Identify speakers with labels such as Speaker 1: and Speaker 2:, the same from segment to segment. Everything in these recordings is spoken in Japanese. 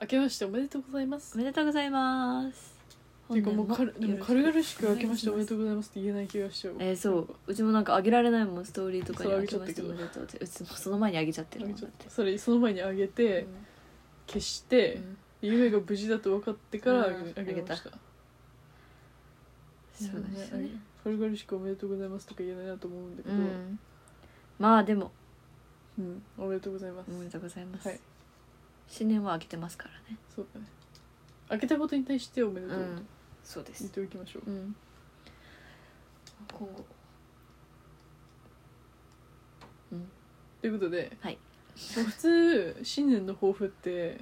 Speaker 1: 明けましておめでとうございます
Speaker 2: おめでとうございます
Speaker 1: てかもうかるでも軽々しく明けましておめでと
Speaker 2: う
Speaker 1: うございますって言えない気がしちゃう
Speaker 2: えー、そううちもなんかあげられないもんストーリーとかに
Speaker 1: そう
Speaker 2: あけましておめでとうってうちもその前にあげちゃってるもんだって
Speaker 1: それその前にあげて消して、
Speaker 2: うん
Speaker 1: 夢が無事だと分かってからあげ,、
Speaker 2: うん
Speaker 1: ました
Speaker 2: そうなんですよね
Speaker 1: 軽々しくおめでとうございますとか言えないなと思うんだけ
Speaker 2: う
Speaker 1: ど、
Speaker 2: んまあでもうん
Speaker 1: おめでとうございます
Speaker 2: おめでとうございます、
Speaker 1: はい
Speaker 2: 新年はあけてますからね
Speaker 1: そうだね開けたことに対しておめで
Speaker 2: う
Speaker 1: とう、
Speaker 2: んそうで
Speaker 1: 言っ
Speaker 2: す
Speaker 1: ておきましょう
Speaker 2: うん今後
Speaker 1: ということで、
Speaker 2: はい
Speaker 1: まあ普通新年の抱負って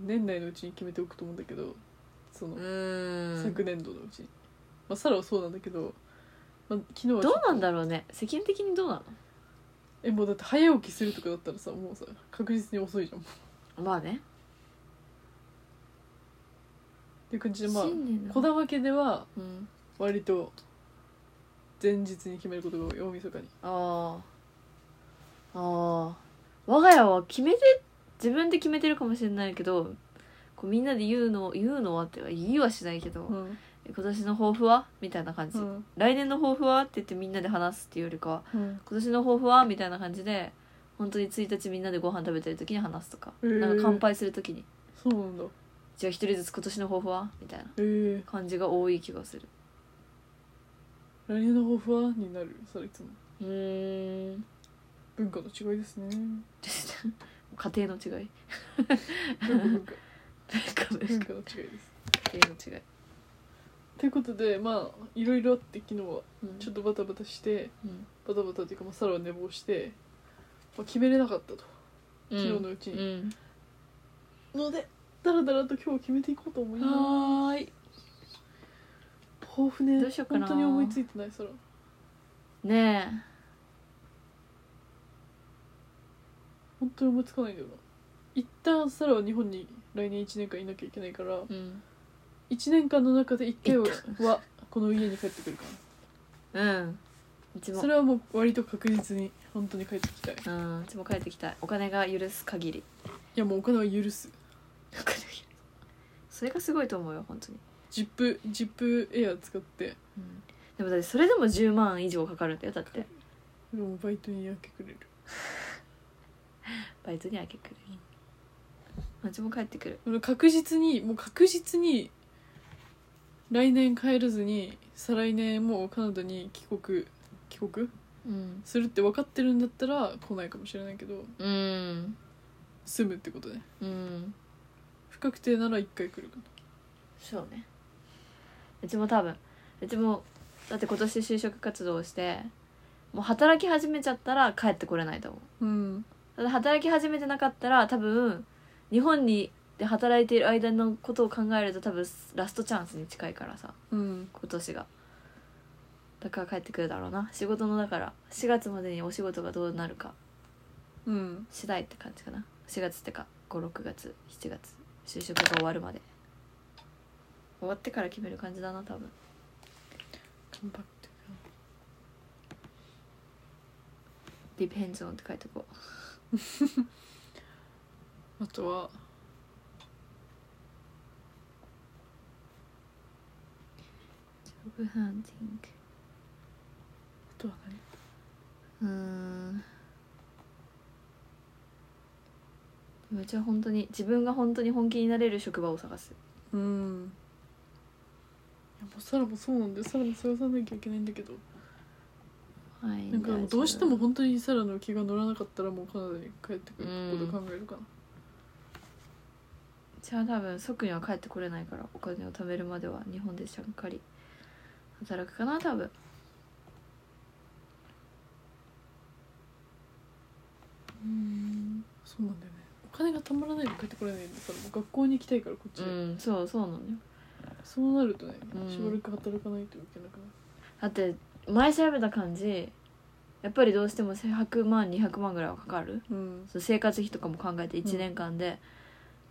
Speaker 1: 年内のうちに決めておくと思うんだけどその、
Speaker 2: うん
Speaker 1: 昨年度のうちに、まあ、サラはそうなんだけど、まあ、昨日はちょ
Speaker 2: ど
Speaker 1: っ
Speaker 2: う
Speaker 1: と
Speaker 2: なんだろうね世間的にどうな
Speaker 1: えもうだって早起きするとかだったらさもうさ確実に遅いじゃんっ
Speaker 2: のまあね
Speaker 1: ていう感じでまあ
Speaker 2: 新年の
Speaker 1: こだわけでは
Speaker 2: うん
Speaker 1: 割と前日に決めることが多い大晦日に
Speaker 2: ああああ我が家は決めて自分で決めてるかもしれないけどこうみんなで言うの言うのはっては言いはしないけど、
Speaker 1: うん
Speaker 2: 今年の抱負はみたいな感じ、
Speaker 1: うん
Speaker 2: 来年の抱負はって言ってみんなで話すっていうよりかは
Speaker 1: うん
Speaker 2: 今年の抱負はみたいな感じで本当に1日みんなでご飯食べてる時に話すとか、
Speaker 1: へー
Speaker 2: なんか乾杯する時に
Speaker 1: そうなんだ
Speaker 2: じゃあ一人ずつ今年の抱負はみたいな
Speaker 1: えー、
Speaker 2: 感じが多い気がする
Speaker 1: 来年の抱負はになるそれいつも
Speaker 2: うーん
Speaker 1: 文化の違いですね
Speaker 2: 家庭の違い
Speaker 1: 文化文化
Speaker 2: 文
Speaker 1: 文
Speaker 2: 化
Speaker 1: 化の違いです
Speaker 2: 家庭の違い、
Speaker 1: ということでまあいろいろあって昨日は
Speaker 2: うん
Speaker 1: ちょっとバタバタして
Speaker 2: うん
Speaker 1: バタバタっていうか、まあ、サラは寝坊して、まあ、決めれなかったと昨日のうちに、
Speaker 2: ん、
Speaker 1: のでだらだらと今日決めていこうと思います
Speaker 2: はーい
Speaker 1: 抱負ね
Speaker 2: どうしようかな
Speaker 1: 本当に思いついてないサラ
Speaker 2: ね
Speaker 1: 本当に思いつかないんだよな一旦サラは日本に来年1年間いなきゃいけないから
Speaker 2: えうん、
Speaker 1: 1年間の中で1回はこの家に帰ってくるか
Speaker 2: うん、うち
Speaker 1: な
Speaker 2: も
Speaker 1: それはもう割と確実に本当に帰ってきたいい
Speaker 2: うんうちも帰ってきたいお金が許す限り
Speaker 1: やもうお金は許す
Speaker 2: それがすごいと思うよ本当に、
Speaker 1: ジップジップエア使って
Speaker 2: うん、でもだってそれでも10万以上かかるんだよだって
Speaker 1: でもバイトに明けくれる
Speaker 2: バイトに明けくるうちも帰ってくる
Speaker 1: 俺確実にもう確実に来年帰らずに再来年もうカナダに帰国帰国
Speaker 2: うん
Speaker 1: するって分かってるんだったら来ないかもしれないけど
Speaker 2: うん
Speaker 1: 住むってことね
Speaker 2: うん
Speaker 1: 不確定なら1回来るかな
Speaker 2: そうねうちも多分うちもだって今年就職活動をしてもう働き始めちゃったら帰ってこれないと思う
Speaker 1: うん
Speaker 2: ただ働き始めてなかったら多分日本にで働いている間のことを考えると多分ラストチャンスに近いからさ
Speaker 1: うん
Speaker 2: 今年がだから帰ってくるだろうな仕事のだから4月までにお仕事がどうなるか
Speaker 1: うん
Speaker 2: 次第って感じかな4月ってか56月7月就職が終わるまで終わってから決める感じだな多分
Speaker 1: コンパクトか
Speaker 2: Depends on って書いてこう
Speaker 1: なあとは
Speaker 2: ジョブハンティング
Speaker 1: あとは何
Speaker 2: うーんでもうちは本当に自分が本当に本気になれる職場を探す
Speaker 1: うんいやもうサラもそうなんだよサラも探さなきゃいけないんだけど
Speaker 2: はい
Speaker 1: なんかもうどうしても本当にサラの気が乗らなかったらもうカナダに帰ってくることを考えるかな、
Speaker 2: じゃあ多分即には帰ってこれないからお金を貯めるまでは日本でしゃんかり働くかな多分うん
Speaker 1: そうなんだよねお金がたまらないと帰ってこれないんでさもう学校に行きたいからこっち
Speaker 2: う
Speaker 1: で、
Speaker 2: んそうそうなのよ
Speaker 1: そうなるとね
Speaker 2: うん
Speaker 1: しばらく働かないといけなくなる
Speaker 2: だって前調べた感じやっぱりどうしても100万200万ぐらいはかかる
Speaker 1: うん
Speaker 2: その生活費とかも考えて1年間で、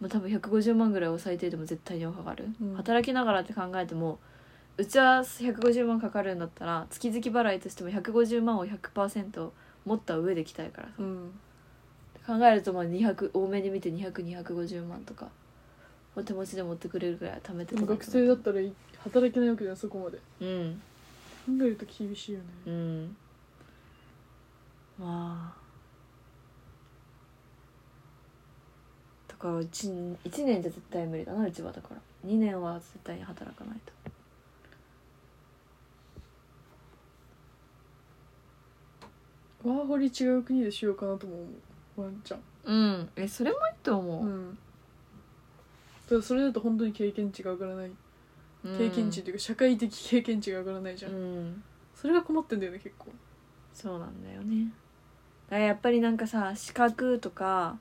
Speaker 2: まあ、多分150万ぐらいは最低でも絶対にはかかる、
Speaker 1: うん
Speaker 2: 働きながらって考えてもうちは150万かかるんだったら月々払いとしても150万を100%持った上で来たいからさ
Speaker 1: うん
Speaker 2: 考えるとまあ200多めに見て200250万とかお手持ちで持ってくれるぐらい貯めて
Speaker 1: でも学生だ
Speaker 2: っ
Speaker 1: ったらい働けないわけじゃんそこまで
Speaker 2: うん
Speaker 1: 考えると厳しいよね、
Speaker 2: うんまあだからうち1年じゃ絶対無理だなうちはだから2年は絶対に働かないと
Speaker 1: ワーホリ違う国でしようかなとも思うワンちゃん
Speaker 2: うんえそれもいいと思
Speaker 1: う
Speaker 2: う、
Speaker 1: んただそれだと本当に経験値が上がらない経験値っていうか社会的経験値が上がらないじゃん、
Speaker 2: うん
Speaker 1: それが困ってんだよね結構
Speaker 2: そうなんだよねだからやっぱりなんかさ資格とか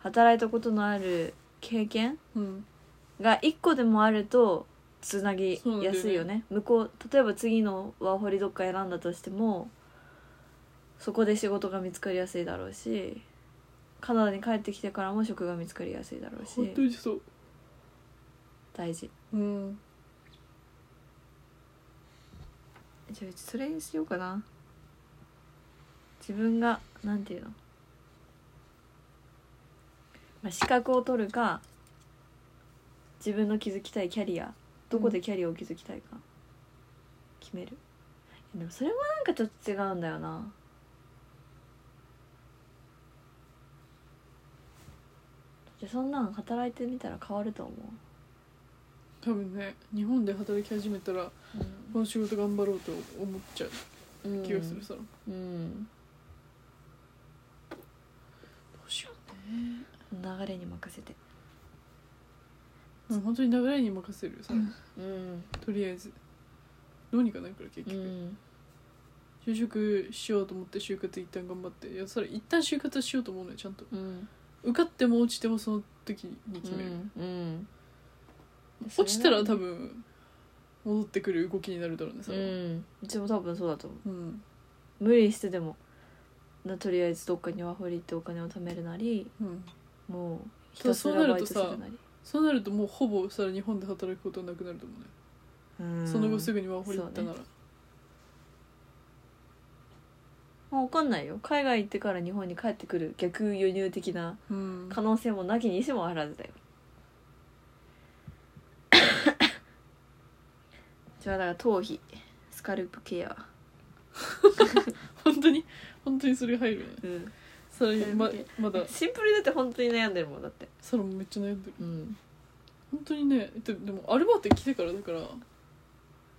Speaker 2: 働いたことのある経験
Speaker 1: うん
Speaker 2: が一個でもあるとつなぎやすい
Speaker 1: そうな
Speaker 2: よ
Speaker 1: んだ
Speaker 2: ね向こう例えば次のワーホリどっか選んだとしてもそこで仕事が見つかりやすいだろうしカナダに帰ってきてからも職が見つかりやすいだろう
Speaker 1: 本
Speaker 2: し
Speaker 1: 当にそう
Speaker 2: 大事
Speaker 1: うん
Speaker 2: じゃあうちそれにしようかな自分がなんていうの、まあ、資格を取るか自分の築きたいキャリアどこでキャリアを築きたいか決める、でもそれもなんかちょっと違うんだよなじゃそんなん働いてみたら変わると思
Speaker 1: 多分ね日本で働き始めたら
Speaker 2: う、
Speaker 1: この仕事頑張ろうと思っちゃ
Speaker 2: うん
Speaker 1: う気がするさ、ど
Speaker 2: うん
Speaker 1: うしようね
Speaker 2: 流れに任せて
Speaker 1: うん本当に流れに任せるさ、
Speaker 2: うん
Speaker 1: とりあえずどうにかなるから結
Speaker 2: う
Speaker 1: 局、
Speaker 2: ん
Speaker 1: 就職しようと思って就活一旦頑張っていやそれ一旦就活はしようと思うのよちゃんと
Speaker 2: うん
Speaker 1: 受かっても落ちてもその時に決める、
Speaker 2: うん
Speaker 1: 落ちたら
Speaker 2: 分
Speaker 1: 多分戻ってくる動きになるだろうねそれ
Speaker 2: う
Speaker 1: は
Speaker 2: んうちも多分そうだと思
Speaker 1: うん
Speaker 2: う無理してでもなとりあえずどっかにワーホリってお金を貯めるなり
Speaker 1: うん
Speaker 2: もうひ
Speaker 1: ただ
Speaker 2: たす
Speaker 1: そう
Speaker 2: ら
Speaker 1: な
Speaker 2: バ
Speaker 1: る
Speaker 2: イ
Speaker 1: と
Speaker 2: トす
Speaker 1: さ
Speaker 2: るなり
Speaker 1: そうなるともうほぼさ日本で働くことはなくなると思うね、
Speaker 2: うん
Speaker 1: その後すぐにワーホリ行ったなら、
Speaker 2: まあわかんないよ海外行ってから日本に帰ってくる逆輸入的な
Speaker 1: うん
Speaker 2: 可能性もなきにしもあ らずだよじゃあだから頭皮スカルプケア
Speaker 1: 本当に本当にそれ入るね
Speaker 2: うん
Speaker 1: さらにま
Speaker 2: それだ
Speaker 1: まだ
Speaker 2: シンプルだって本当に悩んでるもんだって
Speaker 1: さらもめっちゃ悩んでる
Speaker 2: うん
Speaker 1: 本当にねででもアルバートに来てからだから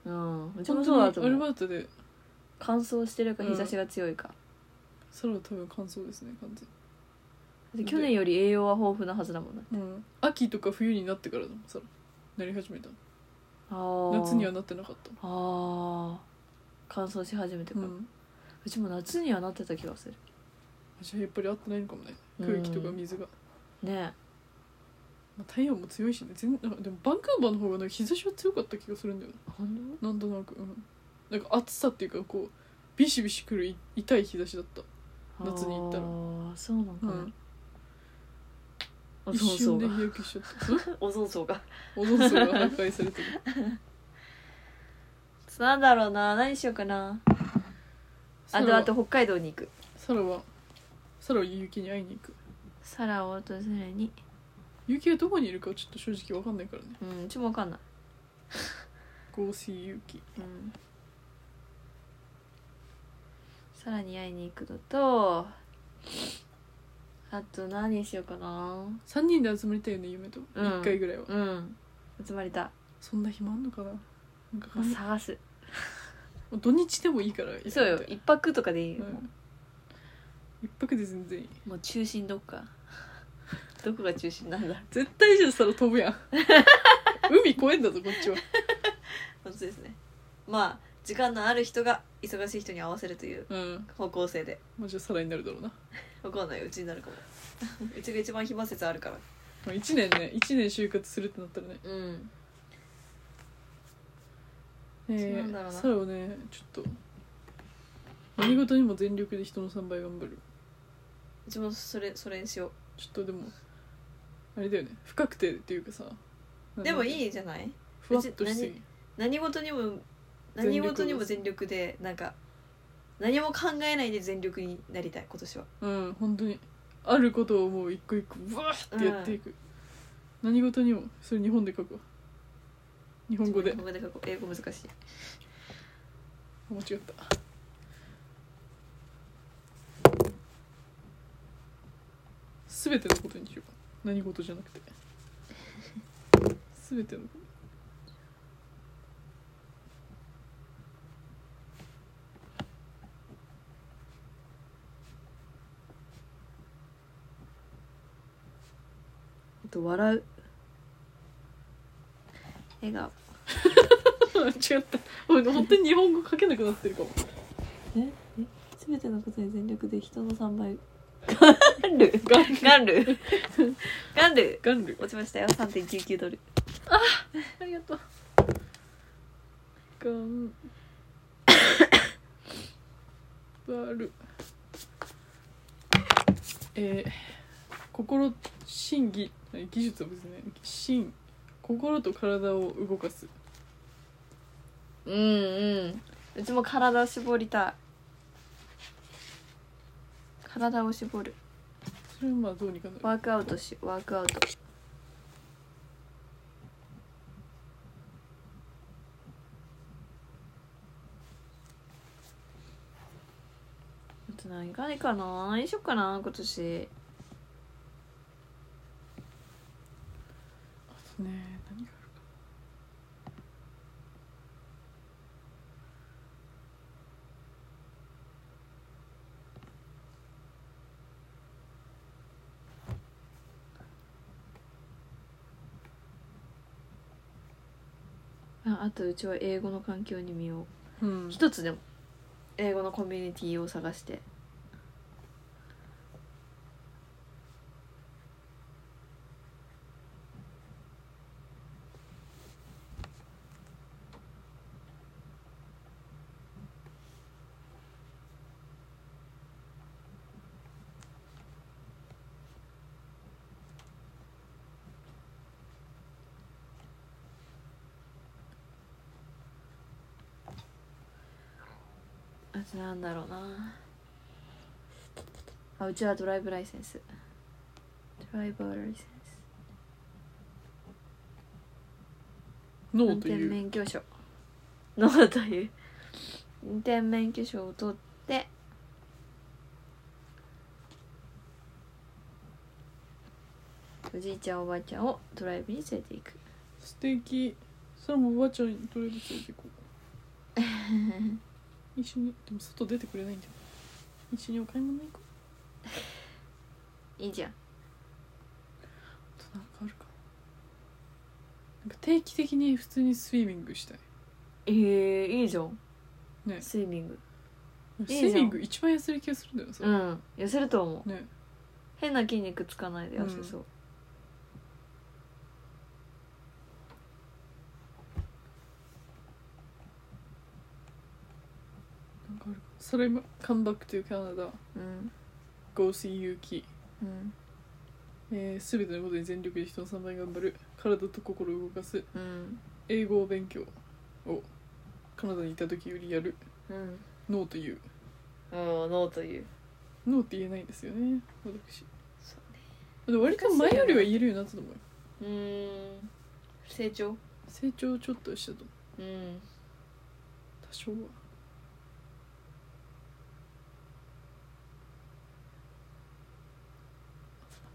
Speaker 2: うんうちも
Speaker 1: 本
Speaker 2: そうだ
Speaker 1: 当
Speaker 2: と
Speaker 1: にアル
Speaker 2: 思う
Speaker 1: バートで
Speaker 2: 乾燥してるか
Speaker 1: うん
Speaker 2: 日差しが強いか、
Speaker 1: さらは多分乾燥ですね完全
Speaker 2: で去年より栄養は豊富なはずだもんな
Speaker 1: うん、秋とか冬になってからだもんさなり始めた
Speaker 2: あー
Speaker 1: 夏にはなってなかった
Speaker 2: あー乾燥し始めてか
Speaker 1: う
Speaker 2: ら、うんちも夏にはなってた気がする
Speaker 1: じゃあやっぱり合ってないのかもね
Speaker 2: うん
Speaker 1: 空気とか水が、
Speaker 2: ね
Speaker 1: まあ、太陽も強いしね全なんかでもバンクーバーの方がね日差しは強かった気がするんだよ
Speaker 2: え本
Speaker 1: ななんとなくうんなんか暑さっていうかこうビシビシくるい痛い日差しだった
Speaker 2: 当
Speaker 1: 夏に行ったら
Speaker 2: あーそうなんか
Speaker 1: う
Speaker 2: ね、
Speaker 1: ん
Speaker 2: オ
Speaker 1: 一
Speaker 2: ゾン層
Speaker 1: 瞬で
Speaker 2: が
Speaker 1: 日焼けしちゃったそう
Speaker 2: オゾン層が
Speaker 1: オゾン層が破壊されてる
Speaker 2: なんだろうな何しようかな あ
Speaker 1: サラ
Speaker 2: と
Speaker 1: は
Speaker 2: あと北海道に行く
Speaker 1: サラはサラは雪に会いに行く
Speaker 2: サラを訪れに
Speaker 1: 雪がどこにいるかはちょっと正直わかんないからね
Speaker 2: うんうちもわかんない
Speaker 1: Go see 雪
Speaker 2: うんさらに会いに行くのとあと何しようかな
Speaker 1: 3人で集まりたいよね夢と、一
Speaker 2: うん
Speaker 1: 1回ぐらいは
Speaker 2: うん集まりた
Speaker 1: そんな暇あんのかななんか
Speaker 2: い、まあ探す
Speaker 1: もう土日でもいいからやって
Speaker 2: そうよ一泊とかでいいよ、
Speaker 1: うん一泊で全然いい
Speaker 2: もう中心どっ かどこが中心なんだろう
Speaker 1: 絶対じゃあそれ飛ぶやん 海越えんだぞこっちは
Speaker 2: 本当ですねまあ時間のある人が忙しい人に合わせるという
Speaker 1: うん
Speaker 2: 方向性で
Speaker 1: まあじゃあさらになるだろうな、
Speaker 2: わかんないうちになるかも うちが一番暇説あるから
Speaker 1: まあ、1年ね1年就活するってなったらね
Speaker 2: うん
Speaker 1: え
Speaker 2: そうなんだろうな
Speaker 1: それをねちょっと何事にも全力で人の3倍頑張る
Speaker 2: うちもそれそれにしよ
Speaker 1: ちょっとでもあれだよね不確定っていうかさ
Speaker 2: うでも
Speaker 1: い
Speaker 2: いいじゃない
Speaker 1: ふわっとしすぎ
Speaker 2: 何事にも
Speaker 1: 全力
Speaker 2: 何事にも全力でなんか何も考えないで全力になりたい今年は
Speaker 1: うん本当にあることをもう一個一個ブワーってやっていく、何事にもそれ日本で書くわ日本語で
Speaker 2: 日本語で書こう英語難しい
Speaker 1: 間違った全てのことにしようか何事じゃな くて全てのこと
Speaker 2: あと笑う笑顔
Speaker 1: 違った俺本当に日本語書けなくなってるかも
Speaker 2: ええ全てのことに全力で人の3倍ガンル
Speaker 1: ガンル
Speaker 2: ガンルガンル
Speaker 1: ガンル
Speaker 2: 落ちましたよ3.99ドル
Speaker 1: ありがとうガンバルえー、心心技何技術は別にない心心と体を動かす
Speaker 2: うんうんうちも体を絞りたい体を絞る
Speaker 1: それはまあどうにかなる
Speaker 2: ワークアウトしワークアウトあと何がいいかな何しよっかな今年
Speaker 1: あとね何があるか
Speaker 2: ああとうちは英語の環境に身を
Speaker 1: うん
Speaker 2: 一つでも英語のコミュニティを探してあとなんだろうなあうちはドライブライセンスドライバーライセンス運
Speaker 1: 脳と
Speaker 2: 転
Speaker 1: いう
Speaker 2: 免許証ノーという運転免許証を取っておじいちゃんおばあちゃんをドライブに連れていく
Speaker 1: 素敵それもおばあちゃんにとりあえず連れて 行こう一緒にでも外出てくれないんだよ一緒にお買い物行こう
Speaker 2: いいじゃん
Speaker 1: あとなんかあるかななんか定期的に普通にスイミングしたい
Speaker 2: えー、いいじゃん
Speaker 1: ね
Speaker 2: スイミング
Speaker 1: ス
Speaker 2: いい
Speaker 1: イ
Speaker 2: じゃん
Speaker 1: ミング一番痩せる気がするんだよなそれ
Speaker 2: うん痩せると思う
Speaker 1: ね
Speaker 2: 変な筋肉つかないで痩せそう、
Speaker 1: なんかあるかそれも「Come back to Canada
Speaker 2: うん、
Speaker 1: Go see Yuki
Speaker 2: うん」
Speaker 1: えー「すべてのことに全力で人の3倍頑張る」「体と心を動かす」
Speaker 2: うん
Speaker 1: 「英語を勉強」をカナダにいた時よりやる
Speaker 2: うん
Speaker 1: 「ノーという
Speaker 2: おーノーという
Speaker 1: 「ノーって言えないんですよね私
Speaker 2: そ
Speaker 1: でも割と前よりは言えるようになったと思うよ
Speaker 2: うねうん成長
Speaker 1: 成長ちょっとしたと思う
Speaker 2: うん
Speaker 1: 多少は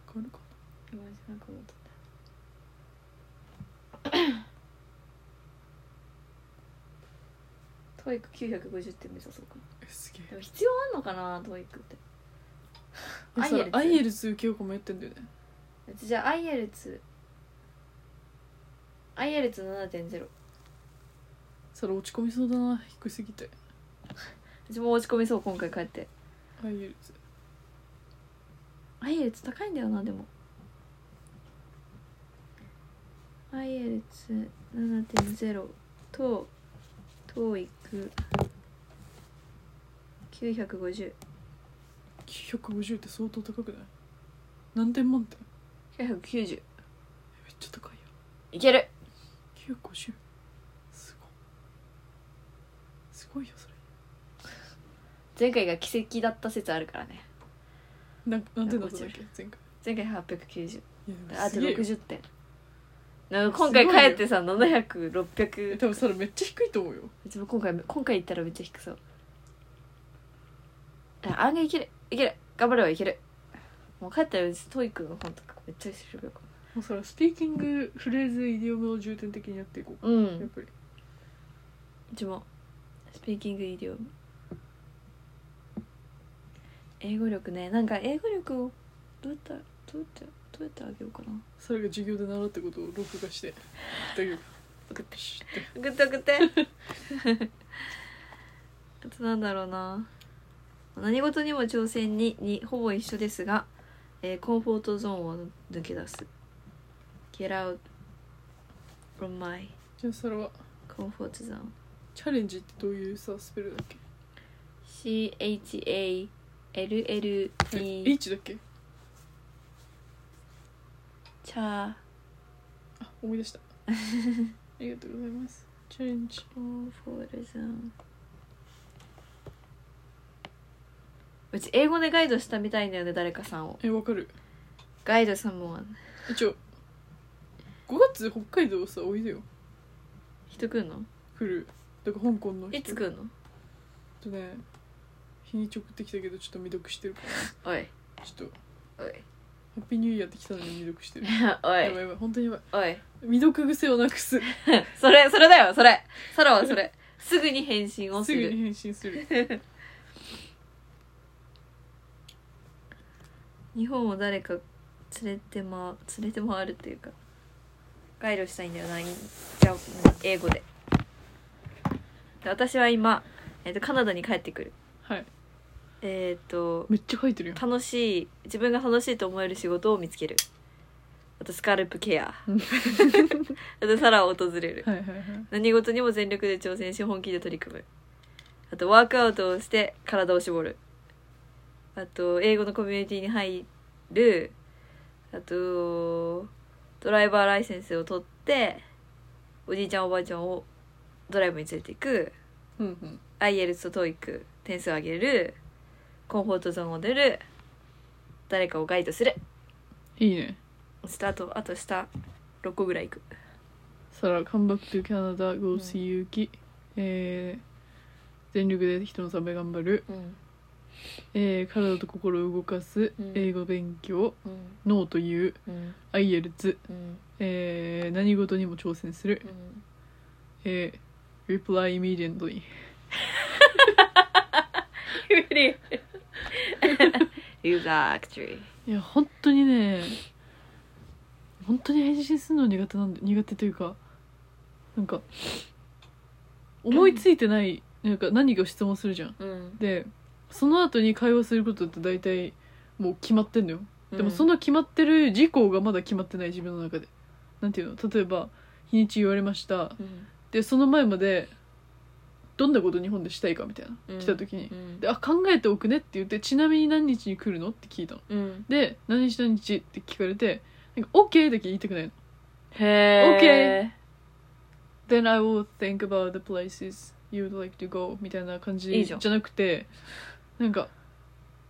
Speaker 1: あとなんかあるか
Speaker 2: 今じゃなくなったトイック950点目指そうかな
Speaker 1: なえすげえ
Speaker 2: でも必要あんのかなトイックって
Speaker 1: えさ
Speaker 2: IELTS
Speaker 1: アイエルツ受けようか迷ってんだよね
Speaker 2: うちじゃあ IELTS IELTS7.0
Speaker 1: それ落ち込みそうだな低すぎて
Speaker 2: うちも落ち込みそう今回帰って
Speaker 1: アイエルツ
Speaker 2: IELTS 高いんだよなでも IELTS7.0 と TOEIC950
Speaker 1: 950って相当高くない何点満点
Speaker 2: 990
Speaker 1: めっちゃ高いよ
Speaker 2: いける
Speaker 1: 950すごいすごいよそれ
Speaker 2: 前回が奇跡だった説あるからね
Speaker 1: なん何点だったんだっけ前回
Speaker 2: 前回890
Speaker 1: いやで
Speaker 2: あ
Speaker 1: も
Speaker 2: と
Speaker 1: すげえよ
Speaker 2: 60点なんか今回帰ってさ700600
Speaker 1: 多分それめっちゃ低いと思うよ
Speaker 2: うちも今回今回行ったらめっちゃ低そうあ案外いけるいける頑張ればいけるもう帰ったらうちトイックの本とかめっちゃ調べようか
Speaker 1: もうそれはスピーキングフレーズイディオムを重点的にやっていこ
Speaker 2: なう
Speaker 1: うやっ
Speaker 2: ん
Speaker 1: ぱり
Speaker 2: うちもスピーキングイディオム英語力ねなんか英語力をどうやったらどうやってどうやってあげようかな
Speaker 1: それが授業で習ったことを録画して大丈夫
Speaker 2: 送って
Speaker 1: シュッて
Speaker 2: 送って送って あとなんだろうな何事にも挑戦ににほぼ一緒ですが、えーコンフォートゾーンを抜け出す Get out from my
Speaker 1: じゃあそれは
Speaker 2: comfort zone
Speaker 1: チャレンジってどういうさスペルだっけ
Speaker 2: CHALLE
Speaker 1: え H だっけ
Speaker 2: チャー
Speaker 1: あ思い出した ありがとうございますチャレンジ
Speaker 2: コンフォートゾーンうち英語でガイドしたみたいんだよね誰かさんを
Speaker 1: えわかる
Speaker 2: ガイドさんも
Speaker 1: 一応5月北海道さおいでよ
Speaker 2: 人来んの
Speaker 1: 来るだから香港の人
Speaker 2: いつ来ん
Speaker 1: ち
Speaker 2: の
Speaker 1: ょっとね日にち送ってきたけどちょっと未読してるか
Speaker 2: おい
Speaker 1: らちょっと
Speaker 2: お
Speaker 1: ハ
Speaker 2: い
Speaker 1: ッピーニューイヤーって来たのに未読してる
Speaker 2: お
Speaker 1: やばい
Speaker 2: い
Speaker 1: やばい本当にやばい
Speaker 2: おい
Speaker 1: 未読癖をなくす
Speaker 2: それそれだよそれサラはそれ すぐに返信をす
Speaker 1: すぐに
Speaker 2: る
Speaker 1: 返信する
Speaker 2: 日本を誰か連れてま連れて回るっていうかガイドしたいんだよないじゃあ英語でで私は今、えっとカナダに帰ってくる
Speaker 1: はい
Speaker 2: えっ、と
Speaker 1: めっちゃ書いてるよ
Speaker 2: 楽しい自分が楽しいと思える仕事を見つけるあとスカルプケア
Speaker 1: うん
Speaker 2: あとサラを訪れる
Speaker 1: はいはいはい
Speaker 2: 何事にも全力で挑戦し本気で取り組むあとワークアウトをして体を絞るあと英語のコミュニティに入るあとドライバーライセンスを取っておじいちゃんおばあちゃんをドライブに連れていく
Speaker 1: うんうん
Speaker 2: アイエルツと TOEIC 点数を上げるコンフォートゾーンを出る誰かをガイドする
Speaker 1: いいね
Speaker 2: そしてあとあと下6個ぐらいいく
Speaker 1: サラ、come back to Canada,
Speaker 2: う
Speaker 1: go
Speaker 2: ん
Speaker 1: see you, き、えー全力で人のため頑張る、
Speaker 2: うん
Speaker 1: えー体と心を動かす、
Speaker 2: うん
Speaker 1: 英語勉強、
Speaker 2: うん
Speaker 1: ノーという、
Speaker 2: うん
Speaker 1: アイエルツ、
Speaker 2: うん
Speaker 1: えー何事にも挑戦する、えー reply immediately。
Speaker 2: really? exactly.
Speaker 1: いや、本当にね、本当に返信するの苦手なんで、苦手というか、なんか、思いついてない、なんか何か質問するじゃん。
Speaker 2: うん。
Speaker 1: でその後に会話することって大体もう決まってんのよでもそ
Speaker 2: の、
Speaker 1: の決まってる事項がまだ決まってない自分の中でなんていうの例えば日にち言われました
Speaker 2: うん、
Speaker 1: でその前までどんなこと日本でしたいかみたいな、
Speaker 2: うん
Speaker 1: 来た時に
Speaker 2: う、ん
Speaker 1: であ考えておくねって言ってちなみに何日に来るのって聞いたの
Speaker 2: うん、
Speaker 1: で何日何日って聞かれてなんか OK だけ言いたくないの
Speaker 2: へえ。
Speaker 1: Then I will think about the places you'd like to go みたいな感じ
Speaker 2: いいじゃん
Speaker 1: じゃなくてなんか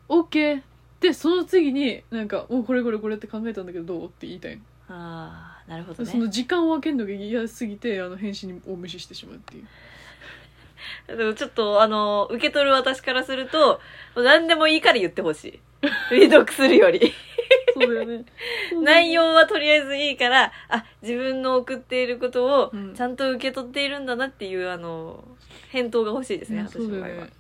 Speaker 1: OK でその次になんか「おこれこれこれって考えたんだけどどう?」って言いたいの
Speaker 2: ああ、なるほ
Speaker 1: そ,、
Speaker 2: どね。
Speaker 1: の時間を空けるのが嫌すぎてあの返信を無視してしまうっていう
Speaker 2: でもちょっと、あの、受け取る私からすると、もう何でもいいから言ってほしい。未読するより。
Speaker 1: そうだよね
Speaker 2: 内容はとりあえずいいから、あ、自分の送っていることを
Speaker 1: うん
Speaker 2: ちゃんと受け取っているんだなっていう、あの、返答が欲しいです
Speaker 1: ね
Speaker 2: ね、私
Speaker 1: そうだ
Speaker 2: の
Speaker 1: よ
Speaker 2: 場合は
Speaker 1: ね。、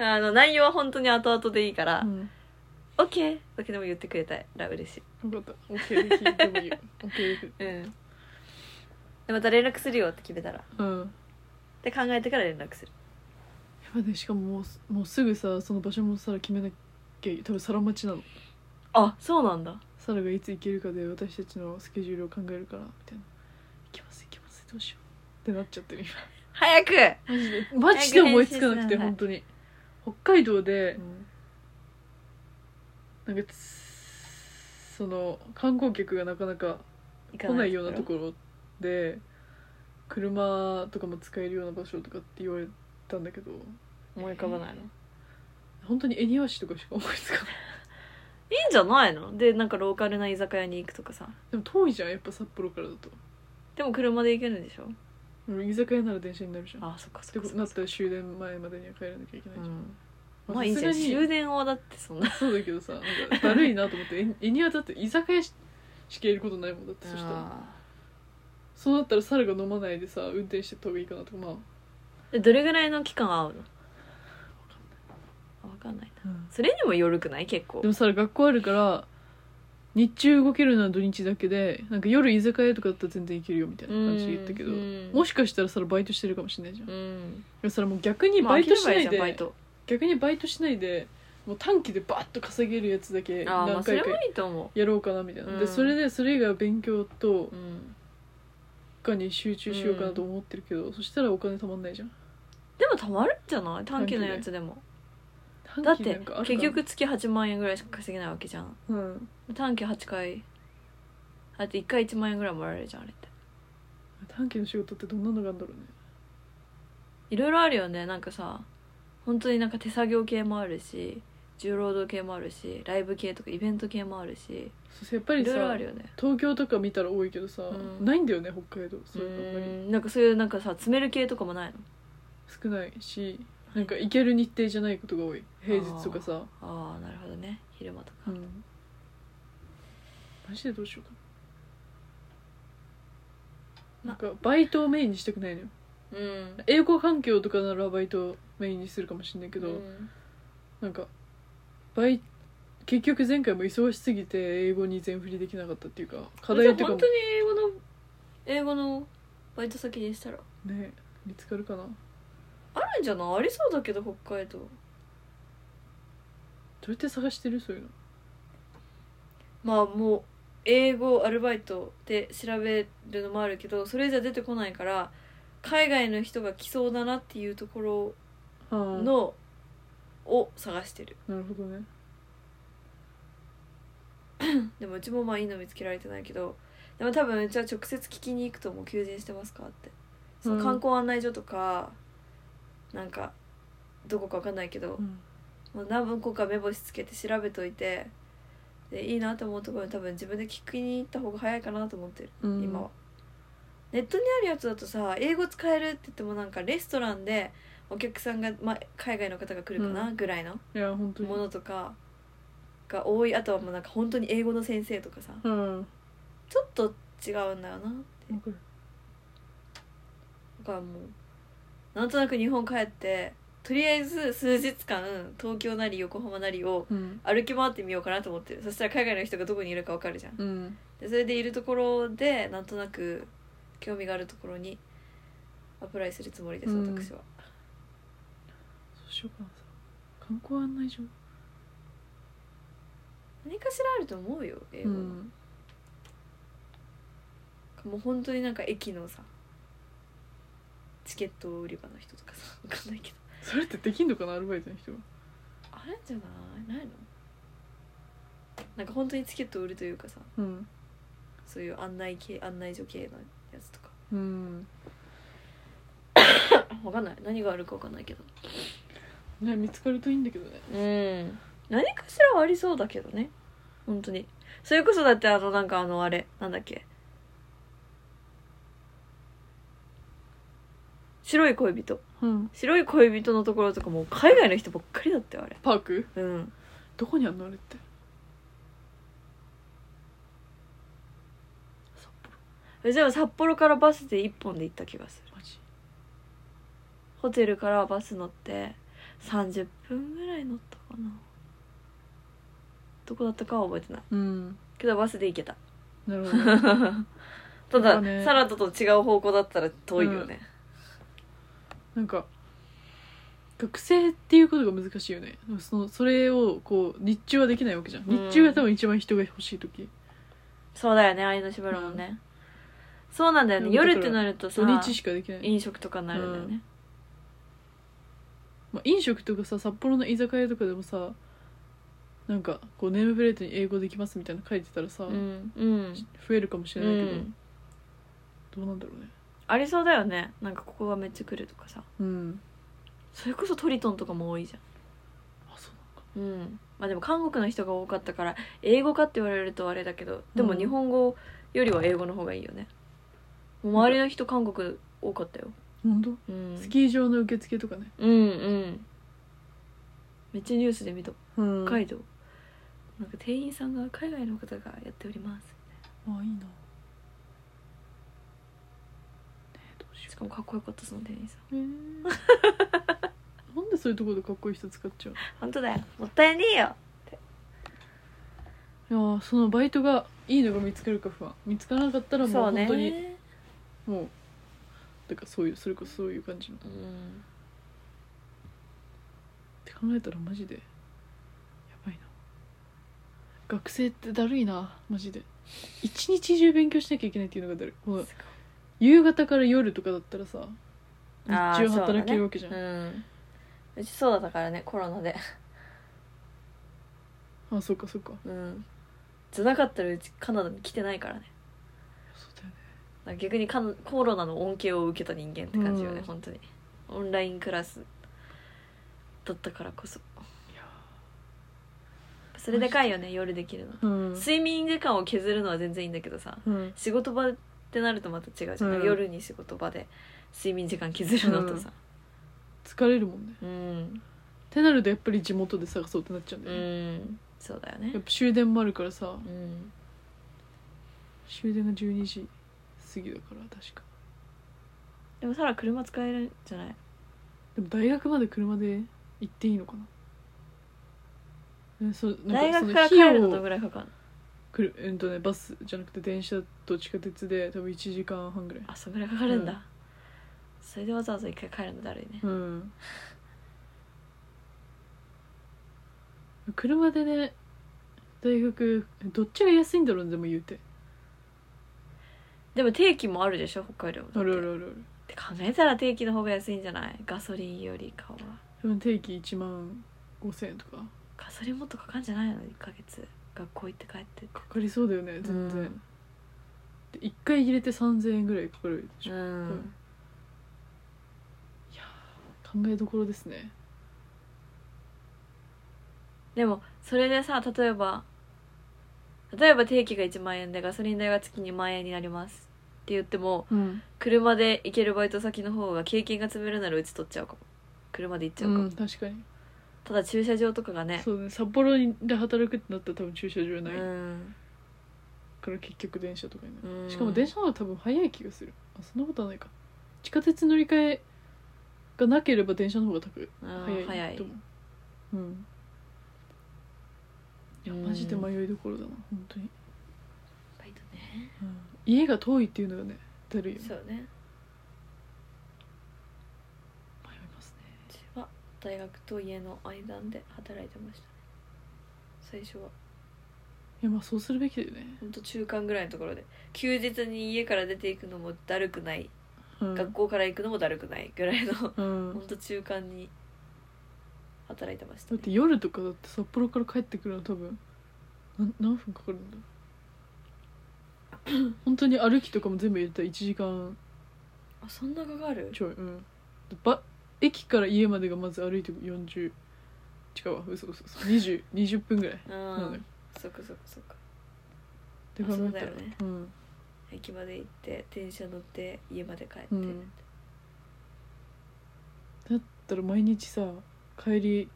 Speaker 2: あの、内容は本当に後々でいいから
Speaker 1: う、ん、
Speaker 2: オッケーだけでも言ってくれたら嬉しい。
Speaker 1: よかった OK で聞いてもいいよ OK で
Speaker 2: うん。で、また連絡するよって決めたら。
Speaker 1: うんやっ
Speaker 2: で、考えてから連絡する。
Speaker 1: ぱねしかももうすもうすぐさその場所もさ決めなきゃいい多分皿待ちなの
Speaker 2: あ、そうなんだ。
Speaker 1: サラがいつ行けるかで私たちのスケジュールを考えるからみたいな「行きます行きますどうしよう」ってなっちゃってる
Speaker 2: 早く
Speaker 1: 今 マジでマジで思いつかなくて
Speaker 2: 早く編集しなさい
Speaker 1: 本当に北海道でなんかつその観光客がなかなか
Speaker 2: 行
Speaker 1: 来ないようなところで車とかも使えるような場所とかって言われたんだけど
Speaker 2: 思い浮かばないの。
Speaker 1: 本当に恵庭市とかしか思いつかない
Speaker 2: いいんじゃないのでなんかローカルな居酒屋に行くとかさ
Speaker 1: でも遠いじゃんやっぱ札幌からだと
Speaker 2: でも車で行けるんでしょ
Speaker 1: 居酒屋なら電車になるじゃんっ
Speaker 2: あそっかそ
Speaker 1: てこ
Speaker 2: っか
Speaker 1: と
Speaker 2: そ
Speaker 1: にな
Speaker 2: っ
Speaker 1: っ
Speaker 2: か
Speaker 1: たら終電前までには帰らなきゃいけないじゃん、
Speaker 2: うん
Speaker 1: まあ
Speaker 2: まあいいじゃん
Speaker 1: さすがに
Speaker 2: 終電はだってそんな
Speaker 1: そうだけどさなんかだるいなと思ってえ絵にはだって居酒屋ししかやることないもんだってそしたら
Speaker 2: あ
Speaker 1: そうなったら猿が飲まないでさ運転してった方がいいかなとかまあ
Speaker 2: ーえどれぐらいの期間会うのあわかんないなそれにもよるくない結構
Speaker 1: でも猿学校あるから日中動けるのは土日だけでなんか夜居酒屋とかだったら全然行けるよみたいな感じで言ったけど
Speaker 2: うん
Speaker 1: もしかしたら猿バイトしてるかもしれないじゃん
Speaker 2: う
Speaker 1: で
Speaker 2: ん
Speaker 1: もそれもう逆に
Speaker 2: まあ
Speaker 1: バイトしない
Speaker 2: 飽きればいいじゃんバ
Speaker 1: で
Speaker 2: イト
Speaker 1: 逆にバイトしないでもう短期でバッと稼げるやつだけ
Speaker 2: あーまあ
Speaker 1: 何
Speaker 2: それ
Speaker 1: 回
Speaker 2: も
Speaker 1: か
Speaker 2: いいと思
Speaker 1: やろうかなみたいな、
Speaker 2: うん
Speaker 1: でそれでそれ以外は勉強と
Speaker 2: ううん
Speaker 1: かに集中しようかなと思ってるけど、そしたらお金貯まんないじゃん
Speaker 2: でもたまるんじゃない短期のやつでも
Speaker 1: 短
Speaker 2: だっ
Speaker 1: 期な
Speaker 2: て
Speaker 1: んかあるかな
Speaker 2: 結局月8万円ぐらいしか稼げないわけじゃん
Speaker 1: うん
Speaker 2: 短期8回だって1回1万円ぐらいもらえるじゃんあれって
Speaker 1: 短期の仕事ってどんなのがあるんだろうね
Speaker 2: いろいろあるよねなんかさ本当になんか手作業系もあるし重労働系もあるしライブ系とかイベント系もあるし
Speaker 1: そうそうやっぱ
Speaker 2: い
Speaker 1: り
Speaker 2: ろいろ
Speaker 1: さ
Speaker 2: あるよね
Speaker 1: 東京とか見たら多いけどさ、
Speaker 2: うん
Speaker 1: ないんだよね北海道
Speaker 2: う
Speaker 1: そういうのあんまり
Speaker 2: んなんかそういうなんかさ詰める系とかもないの
Speaker 1: 少ないしなんか行ける日程じゃないことが多い平日とかさ、
Speaker 2: ああなるほどね昼間とか、
Speaker 1: うん、マジでどうしようかな
Speaker 2: ま
Speaker 1: なんかバイトをメインにしたくないのよ
Speaker 2: うん
Speaker 1: 英語環境とかならバイトをメインにするかもしれないけど、
Speaker 2: うん
Speaker 1: なんかバイ結局前回も忙しすぎて英語に全振りできなかったっていうか課題と
Speaker 2: じゃあ
Speaker 1: か
Speaker 2: 本
Speaker 1: も
Speaker 2: 当に英語の英語のバイト先にしたら
Speaker 1: ね見つかるかなど
Speaker 2: あるんじゃないありそうだけど北海道
Speaker 1: うやって探してるそういうの
Speaker 2: まあもう英語アルバイトで調べるのもあるけどそれじゃ出てこないから海外の人が来そうだなっていうところ
Speaker 1: はあ
Speaker 2: のを探してる
Speaker 1: なるほどね
Speaker 2: でもうちもまあいいの見つけられてないけどでも多分うちは直接聞きに行くと思う求人してますかってそ
Speaker 1: うん
Speaker 2: の観光案内所とか、なんかどこかわかんないけど、
Speaker 1: うん
Speaker 2: もう何個か目星つけて調べといてでいいなと思うところに多分自分で聞きに行った方が早いかなと思ってる、
Speaker 1: うん
Speaker 2: 今はネットにあるやつだとさ英語使えるって言ってもなんかレストランでお客さんが、まあ、海外の方が来るかなぐらいの
Speaker 1: いや本当に
Speaker 2: ものとかが多いあとはもうなんか本当に英語の先生とかさ
Speaker 1: うんわ
Speaker 2: ちょっと違うんだよな
Speaker 1: かる
Speaker 2: だからもうなんとなく日本帰ってとりあえず数日間東京なり横浜なりを
Speaker 1: うん
Speaker 2: 歩き回ってみようかなと思ってるそしたら海外の人がどこにいるかわかるじゃん
Speaker 1: うん
Speaker 2: でそれでいるところでなんとなく興味があるところにアプライするつもりです
Speaker 1: うん
Speaker 2: 私は、
Speaker 1: そうしようかなさ観光案内所
Speaker 2: 何かしらあると思うよ英
Speaker 1: う
Speaker 2: 語、
Speaker 1: ん
Speaker 2: もう本当になんか駅のさチケット売り場の人とかさ わかんないけど
Speaker 1: それってできんのかなアルバイトの人は
Speaker 2: あるんじゃないないのなんか本当にチケット売るというかさ
Speaker 1: うん
Speaker 2: そういう案内系案内所系のやつとか
Speaker 1: うん
Speaker 2: わかんない何があるかわかんないけど
Speaker 1: ね見つかるといいんだけどね
Speaker 2: うん何かしらはありそうだけどね本当にそれこそだってあのなんかあのあれなんだっけ白い恋人
Speaker 1: うん
Speaker 2: 白い恋人のところとかもう海外の人ばっかりだったよあれ
Speaker 1: パーク
Speaker 2: うん
Speaker 1: どこにあんのあれって
Speaker 2: えじゃあ札幌からバスで1本で行った気がする
Speaker 1: マジ
Speaker 2: ホテルからバス乗って30分ぐらい乗ったかなどこだったかは覚えてない
Speaker 1: うん
Speaker 2: けどバスで行けた
Speaker 1: なるほどね
Speaker 2: ただ、
Speaker 1: そうね
Speaker 2: サラダと違う方向だったら遠いよね、
Speaker 1: なんか学生っていうことが難しいよねそのそれをこう日中はできないわけじゃん
Speaker 2: うん
Speaker 1: 日中が多分一番人が欲しい時
Speaker 2: そうだよねああいうの縛るもんね、そうなんだよね
Speaker 1: うんだから
Speaker 2: 夜ってなるとさ
Speaker 1: 土日しかできない、
Speaker 2: 飲食とかになるんだよね、
Speaker 1: まあ、飲食とかさ札幌の居酒屋とかでもさなんかこうネームプレートに英語できますみたいなの書いてたらさ、
Speaker 2: うんうん、
Speaker 1: 増えるかもし
Speaker 2: う
Speaker 1: れないけど、
Speaker 2: ん、
Speaker 1: どうなんだろうね
Speaker 2: ありそうだよねなんかここがめっちゃ来るとかさ
Speaker 1: うん
Speaker 2: それこそトリトンとかも多いじ
Speaker 1: あそうなのか
Speaker 2: ゃんうんまあでも韓国の人が多かったから英語かって言われるとあれだけどでも
Speaker 1: うん
Speaker 2: 日本語よりは英語の方がいいよね、もう周りの人韓国多かったよ、
Speaker 1: 本当、
Speaker 2: うん、
Speaker 1: スキー場の受付とかね、
Speaker 2: うんうんめっちゃニュースで見た
Speaker 1: うん
Speaker 2: 北海道、なんか店員さんが海外の方がやっております
Speaker 1: あいいな、ね、どうしよ
Speaker 2: しかもかっこよかったその店員さん
Speaker 1: う、ねなんでそういうところでかっこいい人使っちゃう
Speaker 2: 本当だよもったいねえよ
Speaker 1: いやーそのバイトがいいのが見つかるか不安見つからなかったらもう
Speaker 2: そう
Speaker 1: 本
Speaker 2: ね
Speaker 1: 当にもうだからそういうそれこそそういう感じのっ
Speaker 2: うん
Speaker 1: て考えたらマジでやばいな学生ってだるいなマジで一日中勉強しなきゃいけないっていうのがだるいもう夕方から夜とかだったらさ日
Speaker 2: あー
Speaker 1: 中働けるわけじゃん
Speaker 2: そう
Speaker 1: あ
Speaker 2: だねうんうちそうだったからねコロナで
Speaker 1: そ,、うかそうか
Speaker 2: うんじゃなかったらうちカナダに来てないからね
Speaker 1: そうだよね
Speaker 2: なんか逆にカナコロナの恩恵を受けた人間って感じよね、
Speaker 1: うん
Speaker 2: 本当にオンラインクラスだったからこそ
Speaker 1: や
Speaker 2: それでかいよね夜できるの、
Speaker 1: うん
Speaker 2: 睡眠時間を削るのは全然いいんだけどさ
Speaker 1: うん
Speaker 2: 仕事場ってなるとまた違うじゃない、
Speaker 1: うん
Speaker 2: 夜に仕事場で睡眠時間削るのとさ
Speaker 1: 疲れるもんね
Speaker 2: うん
Speaker 1: ってなるとやっぱり地元で探そうってなっちゃうん
Speaker 2: う
Speaker 1: だよね、
Speaker 2: んそうだよね
Speaker 1: やっぱ終電もあるからさ
Speaker 2: うん
Speaker 1: 終電が12時過ぎだから確か
Speaker 2: でもサラ車使えるんじゃない
Speaker 1: でも大学まで車で行っていいのかなえそう
Speaker 2: 大
Speaker 1: なんかその
Speaker 2: 学から帰
Speaker 1: 費
Speaker 2: る
Speaker 1: 用
Speaker 2: の
Speaker 1: を
Speaker 2: どのぐらいかかるの
Speaker 1: くるうんとねバスじゃなくて電車と地下鉄で多分1時間半ぐらい
Speaker 2: あそんぐらいかかるんだ、
Speaker 1: うん
Speaker 2: それでわざわざ一回帰るのだるいね
Speaker 1: うん車でね大学どっちが安いんだろうねでも言うて
Speaker 2: でも定期もあるでしょ北海道もだ
Speaker 1: あ
Speaker 2: って
Speaker 1: るあるある
Speaker 2: って考えたら定期の方が安いんじゃないガソリンよりかは
Speaker 1: あるでも定期1万5000円とか
Speaker 2: ガソリンもっとかかんじゃないの1ヶ月学校行って帰って
Speaker 1: かかりそうだよね全
Speaker 2: う
Speaker 1: 然
Speaker 2: ん
Speaker 1: で1回入れて3000円ぐらいかかるでしょ
Speaker 2: うん、
Speaker 1: うん考えどころですね
Speaker 2: でもそれでさ例えば例えば定期が1万円でガソリン代が月2万円になりますって言っても
Speaker 1: うん
Speaker 2: 車で行けるバイト先の方が経験が積めるならうち取っちゃうかも車で行っちゃうかも、
Speaker 1: うん、確かに
Speaker 2: ただ駐車場とかがね
Speaker 1: そうね札幌で働くってなったら多分駐車場
Speaker 2: う
Speaker 1: ない
Speaker 2: ん
Speaker 1: から結局電車とかになる、
Speaker 2: うん
Speaker 1: しかも電車の方が多分早い気がするあそんなことはないか地下鉄乗り換えがなければ電車の方が多分
Speaker 2: うん
Speaker 1: 早い
Speaker 2: 早い
Speaker 1: と思ううんいや
Speaker 2: うん
Speaker 1: マジで迷いどころだな本当に、
Speaker 2: バイトね
Speaker 1: 家が遠いっていうのがねだるいよね
Speaker 2: そうね
Speaker 1: 迷いますね
Speaker 2: うちは大学と家の間で働いてましたね最初はい
Speaker 1: やまあそうするべきだよね、
Speaker 2: ほんと中間ぐらいのところで休日に家から出ていくのもだるくない、
Speaker 1: うん、
Speaker 2: 学校から行くのもだるくないぐらいの
Speaker 1: うん
Speaker 2: ほんと中間に働いてました、
Speaker 1: だっ
Speaker 2: ね、
Speaker 1: て夜とかだって札幌から帰ってくるの多分なん何分かかるんだろう 本当に歩きとかも全部入れたら1時間
Speaker 2: あそんなかかる
Speaker 1: ちょいうんば駅から家までがまず歩いて40違うわ嘘嘘嘘20 20分ぐらい
Speaker 2: うん、
Speaker 1: なんだよ
Speaker 2: そっかそっかそっか
Speaker 1: で考
Speaker 2: そう
Speaker 1: え
Speaker 2: だ
Speaker 1: た
Speaker 2: よ
Speaker 1: ら
Speaker 2: ね
Speaker 1: うん
Speaker 2: 駅まで行って電車乗って家まで帰って、
Speaker 1: うんだったら毎日さ帰り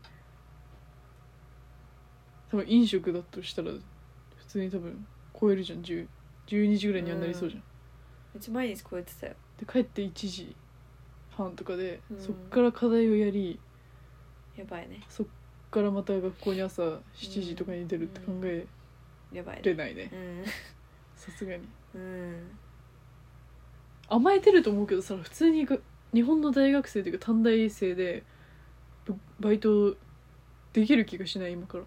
Speaker 1: 多分飲食だとしたら普通に多分超えるじゃん10 12時ぐらいにはなりそうじゃん
Speaker 2: うち毎日こうやってたよ
Speaker 1: で帰って1時半とかで、
Speaker 2: うん
Speaker 1: そっから課題をやり
Speaker 2: やばいね
Speaker 1: そっからまた学校に朝7時とかに出るって考え
Speaker 2: やばい
Speaker 1: れ
Speaker 2: ね
Speaker 1: ないねさすがに
Speaker 2: うんうん
Speaker 1: 甘えてると思うけどさ普通にが日本の大学生というか短大生でぶバイトできる気がしない今から